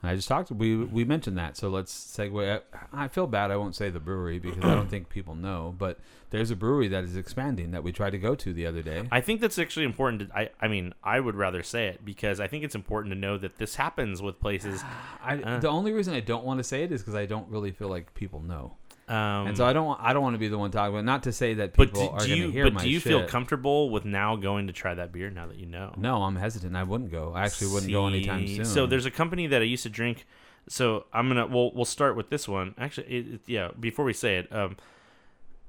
[SPEAKER 5] I just talked. We we mentioned that, so let's segue. I, I feel bad. I won't say the brewery because I don't think people know. But there's a brewery that is expanding that we tried to go to the other day.
[SPEAKER 4] I think that's actually important. To, I I mean, I would rather say it because I think it's important to know that this happens with places.
[SPEAKER 5] I, the only reason I don't want to say it is because I don't really feel like people know,
[SPEAKER 4] Um,
[SPEAKER 5] and so I don't. want- I don't want to be the one talking about. it. Not to say that
[SPEAKER 4] but
[SPEAKER 5] people
[SPEAKER 4] do,
[SPEAKER 5] are
[SPEAKER 4] do
[SPEAKER 5] going to
[SPEAKER 4] you
[SPEAKER 5] hear
[SPEAKER 4] but
[SPEAKER 5] my
[SPEAKER 4] do you
[SPEAKER 5] shit.
[SPEAKER 4] feel comfortable with now going to try that beer now that you know?
[SPEAKER 5] No, I'm hesitant. I wouldn't go. I actually wouldn't go anytime
[SPEAKER 4] See,
[SPEAKER 5] soon.
[SPEAKER 4] So there's a company that I used to drink. So I'm gonna we'll we'll start with this one. Actually, it, it- yeah. Before we say it, um,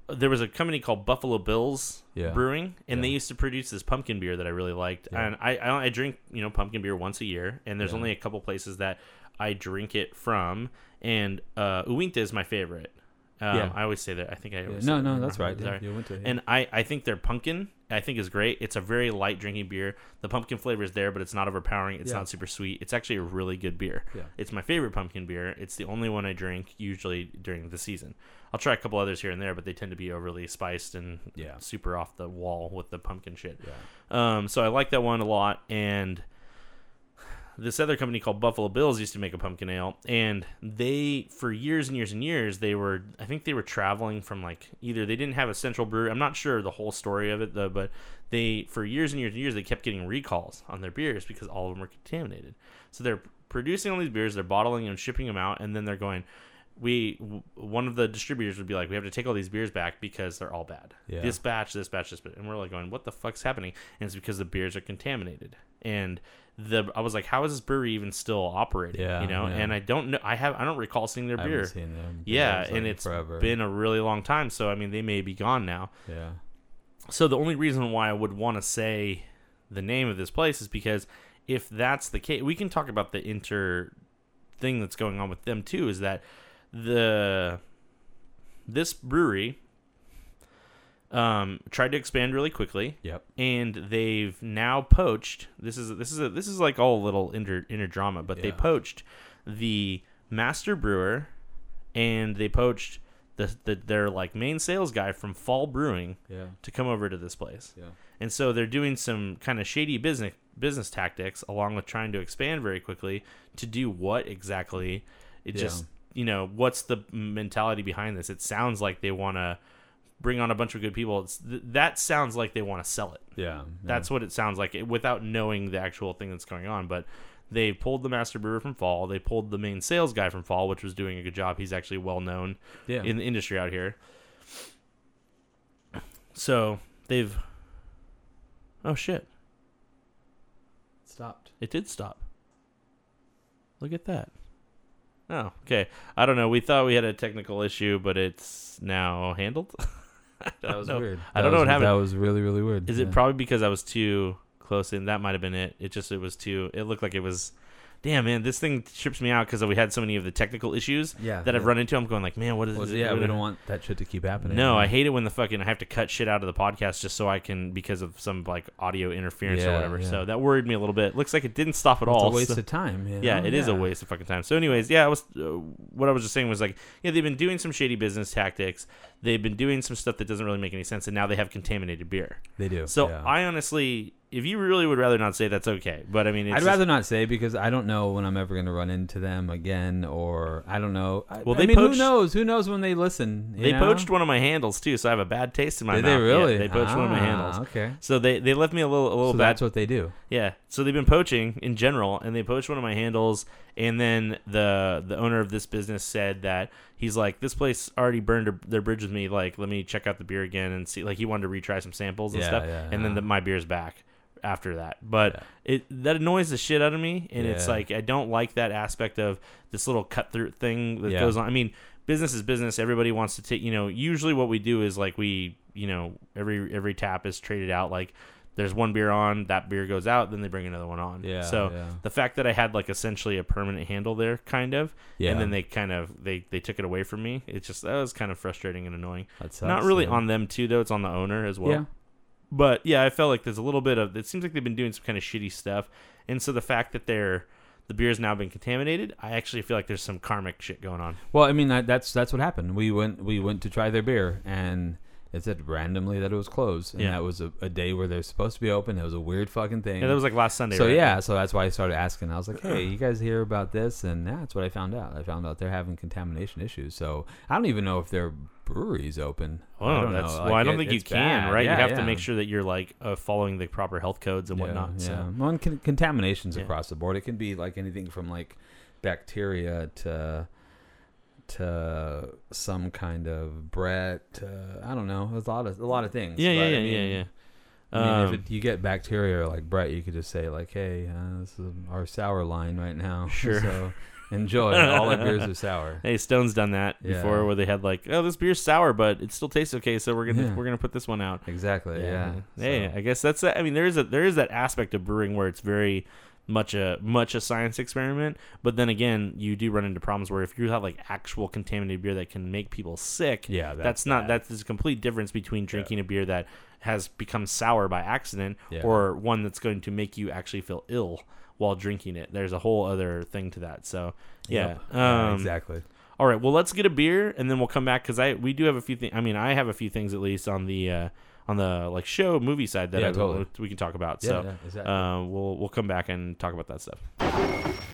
[SPEAKER 4] there was a company called Buffalo Bills
[SPEAKER 5] Yeah.
[SPEAKER 4] Brewing, and they
[SPEAKER 5] Yeah.
[SPEAKER 4] used to produce this pumpkin beer that I really liked.
[SPEAKER 5] Yeah.
[SPEAKER 4] And I, I I drink you know pumpkin beer once a year, and there's
[SPEAKER 5] Yeah.
[SPEAKER 4] only a couple places that I drink it from. And uh, Uinta is my favorite. Um,
[SPEAKER 5] Yeah.
[SPEAKER 4] I always say that. I think I always say
[SPEAKER 5] no,
[SPEAKER 4] that.
[SPEAKER 5] no, that's right.
[SPEAKER 4] Sorry.
[SPEAKER 5] Yeah, you went to yeah.
[SPEAKER 4] And I, I think their pumpkin, I think is great. It's a very light drinking beer. The pumpkin flavor is there, but it's not overpowering. It's
[SPEAKER 5] Yeah.
[SPEAKER 4] not super sweet. It's actually a really good beer.
[SPEAKER 5] Yeah.
[SPEAKER 4] It's my favorite pumpkin beer. It's the only one I drink usually during the season. I'll try a couple others here and there, but they tend to be overly spiced and
[SPEAKER 5] Yeah.
[SPEAKER 4] super off the wall with the pumpkin shit. Um, so I like that one a lot. And this other company called Buffalo Bills used to make a pumpkin ale, and they for years and years and years they were I think they were traveling from like either they didn't have a central brewery I'm not sure the whole story of it though but they for years and years and years they kept getting recalls on their beers because all of them were contaminated so they're producing all these beers they're bottling and shipping them out and then they're going we w- one of the distributors would be like we have to take all these beers back because they're all bad
[SPEAKER 5] Yeah.
[SPEAKER 4] this batch this batch this batch and we're like going what the fuck's happening and it's because the beers are contaminated and the i was like how is this brewery even still operating
[SPEAKER 5] Yeah,
[SPEAKER 4] you know
[SPEAKER 5] yeah.
[SPEAKER 4] and i don't know i have i don't recall seeing their
[SPEAKER 5] I haven't
[SPEAKER 4] beer
[SPEAKER 5] seen them.
[SPEAKER 4] yeah
[SPEAKER 5] like
[SPEAKER 4] and it's
[SPEAKER 5] forever.
[SPEAKER 4] been a really long time so i mean they may be gone now
[SPEAKER 5] yeah.
[SPEAKER 4] so the only reason why I would want to say the name of this place is because if that's the case, we can talk about the inter thing that's going on with them too. Is that the this brewery um, tried to expand really quickly,
[SPEAKER 5] Yep.
[SPEAKER 4] and they've now poached. This is this is a, this is like all little inter inner drama, but they
[SPEAKER 5] Yeah.
[SPEAKER 4] poached the master brewer, and they poached the, the their like main sales guy from Fall Brewing
[SPEAKER 5] Yeah.
[SPEAKER 4] to come over to this place.
[SPEAKER 5] Yeah.
[SPEAKER 4] And so they're doing some kind of shady business business tactics along with trying to expand very quickly to do what exactly? It
[SPEAKER 5] Yeah.
[SPEAKER 4] just you know, what's the mentality behind this? It sounds like they want to bring on a bunch of good people. It's th- that sounds like they want to sell it.
[SPEAKER 5] Yeah.
[SPEAKER 4] That's what it sounds like it- without knowing the actual thing that's going on. But they pulled the master brewer from Fall. They pulled the main sales guy from Fall, which was doing a good job. He's actually well known
[SPEAKER 5] yeah.
[SPEAKER 4] in the industry out here. So they've. Oh shit!
[SPEAKER 5] stopped.
[SPEAKER 4] It did stop. Look at that. Oh, okay. I don't know. We thought we had a technical issue, but it's now handled. I
[SPEAKER 5] That
[SPEAKER 4] don't
[SPEAKER 5] was
[SPEAKER 4] know.
[SPEAKER 5] weird.
[SPEAKER 4] I
[SPEAKER 5] That
[SPEAKER 4] don't know
[SPEAKER 5] was-
[SPEAKER 4] what happened.
[SPEAKER 5] That was really really weird.
[SPEAKER 4] Is
[SPEAKER 5] Yeah.
[SPEAKER 4] it probably because I was too close in? That might have been it. It just it was too. It looked like it was. Damn man, this thing trips me out because we had so many of the technical issues
[SPEAKER 5] Yeah,
[SPEAKER 4] that I've
[SPEAKER 5] yeah.
[SPEAKER 4] run into. I'm going like, man, what is
[SPEAKER 5] Well,
[SPEAKER 4] it?
[SPEAKER 5] yeah,
[SPEAKER 4] what
[SPEAKER 5] we
[SPEAKER 4] is-
[SPEAKER 5] don't want that shit to keep happening.
[SPEAKER 4] No, I hate it when the fucking I have to cut shit out of the podcast just so I can because of some like audio interference or
[SPEAKER 5] Yeah,
[SPEAKER 4] whatever.
[SPEAKER 5] yeah.
[SPEAKER 4] So that worried me a little bit. Looks like it didn't stop at
[SPEAKER 5] It's
[SPEAKER 4] all.
[SPEAKER 5] a waste
[SPEAKER 4] so-
[SPEAKER 5] of time. you
[SPEAKER 4] yeah,
[SPEAKER 5] know?
[SPEAKER 4] it is a waste of fucking time. So, anyways, yeah, I was uh, what I was just saying was like, yeah, they've been doing some shady business tactics. They've been doing some stuff that doesn't really make any sense, and now they have contaminated beer.
[SPEAKER 5] They do.
[SPEAKER 4] So
[SPEAKER 5] yeah.
[SPEAKER 4] I honestly, if you really would rather not say, that's okay. But I mean, it's
[SPEAKER 5] I'd
[SPEAKER 4] just-
[SPEAKER 5] rather not say because I don't know when I'm ever going to run into them again, or I don't know. I,
[SPEAKER 4] Well,
[SPEAKER 5] I
[SPEAKER 4] they
[SPEAKER 5] mean,
[SPEAKER 4] poached-
[SPEAKER 5] who knows? Who knows when they listen? you
[SPEAKER 4] they
[SPEAKER 5] know?
[SPEAKER 4] poached one of my handles too, so I have a bad taste in my
[SPEAKER 5] Did
[SPEAKER 4] mouth.
[SPEAKER 5] they really?
[SPEAKER 4] Yeah, they poached one of my
[SPEAKER 5] Ah,
[SPEAKER 4] handles.
[SPEAKER 5] Okay.
[SPEAKER 4] So they, they left me a little a little
[SPEAKER 5] so
[SPEAKER 4] bad
[SPEAKER 5] that's what they do.
[SPEAKER 4] Yeah, so they've been poaching in general, and they poached one of my handles. And then the the owner of this business said that he's like, this place already burned their- their bridge with me. Like, let me check out the beer again and see. Like, he wanted to retry some samples and
[SPEAKER 5] Yeah,
[SPEAKER 4] stuff.
[SPEAKER 5] yeah,
[SPEAKER 4] and then
[SPEAKER 5] yeah.
[SPEAKER 4] the, my beer's back after that. But it that annoys the shit out of me, and it's
[SPEAKER 5] Yeah.
[SPEAKER 4] like I don't like that aspect of this little cut through thing that
[SPEAKER 5] Yeah.
[SPEAKER 4] goes on. I mean, business is business. Everybody wants to take. You know, usually what we do is like we, you know, every every tap is traded out. Like there's one beer on, that beer goes out, then they bring another one on.
[SPEAKER 5] Yeah,
[SPEAKER 4] So
[SPEAKER 5] yeah.
[SPEAKER 4] the fact that I had like essentially a permanent handle there, kind of,
[SPEAKER 5] Yeah.
[SPEAKER 4] and then they kind of they they took it away from me. It's just that was kind of frustrating and annoying.
[SPEAKER 5] That sucks,
[SPEAKER 4] Not really
[SPEAKER 5] yeah.
[SPEAKER 4] on them too, though. It's on the owner as well
[SPEAKER 5] yeah.
[SPEAKER 4] but yeah, I felt like there's a little bit of it seems like they've been doing some kind of shitty stuff, and so the fact that they're the beer's now been contaminated, I actually feel like there's some karmic shit going on.
[SPEAKER 5] Well, I mean that, that's that's what happened. We went we went to try their beer, and It said randomly that it was closed, and
[SPEAKER 4] Yeah.
[SPEAKER 5] that was a, a day where they're supposed to be open. It was a weird fucking thing.
[SPEAKER 4] Yeah, that was like last Sunday.
[SPEAKER 5] so
[SPEAKER 4] right?
[SPEAKER 5] yeah, so that's why I started asking. I was like, "Hey, you guys hear about this?" And that's what I found out. I found out they're having contamination issues. So I don't even know if their brewery's open.
[SPEAKER 4] Well,
[SPEAKER 5] I don't
[SPEAKER 4] that's,
[SPEAKER 5] know.
[SPEAKER 4] well,
[SPEAKER 5] Like,
[SPEAKER 4] I don't
[SPEAKER 5] it-
[SPEAKER 4] think you
[SPEAKER 5] it's
[SPEAKER 4] can,
[SPEAKER 5] bad.
[SPEAKER 4] right?
[SPEAKER 5] Yeah,
[SPEAKER 4] you have
[SPEAKER 5] yeah.
[SPEAKER 4] to make sure that you're like uh, following the proper health codes and
[SPEAKER 5] Yeah,
[SPEAKER 4] whatnot.
[SPEAKER 5] Yeah.
[SPEAKER 4] So.
[SPEAKER 5] Well, and con- contaminations
[SPEAKER 4] Yeah.
[SPEAKER 5] across the board. It can be like anything from like bacteria to to some kind of bread. To, I don't know. There's a lot of a lot of things.
[SPEAKER 4] Yeah, yeah,
[SPEAKER 5] but,
[SPEAKER 4] yeah,
[SPEAKER 5] I mean,
[SPEAKER 4] yeah, yeah.
[SPEAKER 5] I mean,
[SPEAKER 4] Um,
[SPEAKER 5] if it, you get bacteria like Brett, you could just say like, "Hey, uh, this is our sour line right now.
[SPEAKER 4] Sure.
[SPEAKER 5] so enjoy. All our beers are sour."
[SPEAKER 4] Hey, Stone's done that
[SPEAKER 5] Yeah.
[SPEAKER 4] before, where they had like, "Oh, this beer's sour, but it still tastes okay, so we're gonna
[SPEAKER 5] Yeah.
[SPEAKER 4] we're gonna put this one out."
[SPEAKER 5] Exactly. Yeah.
[SPEAKER 4] Hey,
[SPEAKER 5] So-
[SPEAKER 4] I guess that's. I mean, there is a there is that aspect of brewing where it's very much a much a science experiment, but then again, you do run into problems where if you have like actual contaminated beer that can make people sick,
[SPEAKER 5] Yeah,
[SPEAKER 4] that's,
[SPEAKER 5] that's
[SPEAKER 4] not that's there's a complete difference between drinking a beer that has become sour by accident
[SPEAKER 5] Yeah.
[SPEAKER 4] or one that's going to make you actually feel ill while drinking it. There's a whole other thing to that. So yeah,
[SPEAKER 5] Yep. Yeah,
[SPEAKER 4] um,
[SPEAKER 5] exactly.
[SPEAKER 4] all right, well, let's get a beer and then we'll come back because I we do have a few things. I mean, I have a few things at least on the uh, on the like show movie side that
[SPEAKER 5] Yeah,
[SPEAKER 4] I,
[SPEAKER 5] totally.
[SPEAKER 4] we can talk about.
[SPEAKER 5] Yeah,
[SPEAKER 4] so
[SPEAKER 5] yeah, exactly.
[SPEAKER 4] uh, we'll we'll come back and talk about that stuff.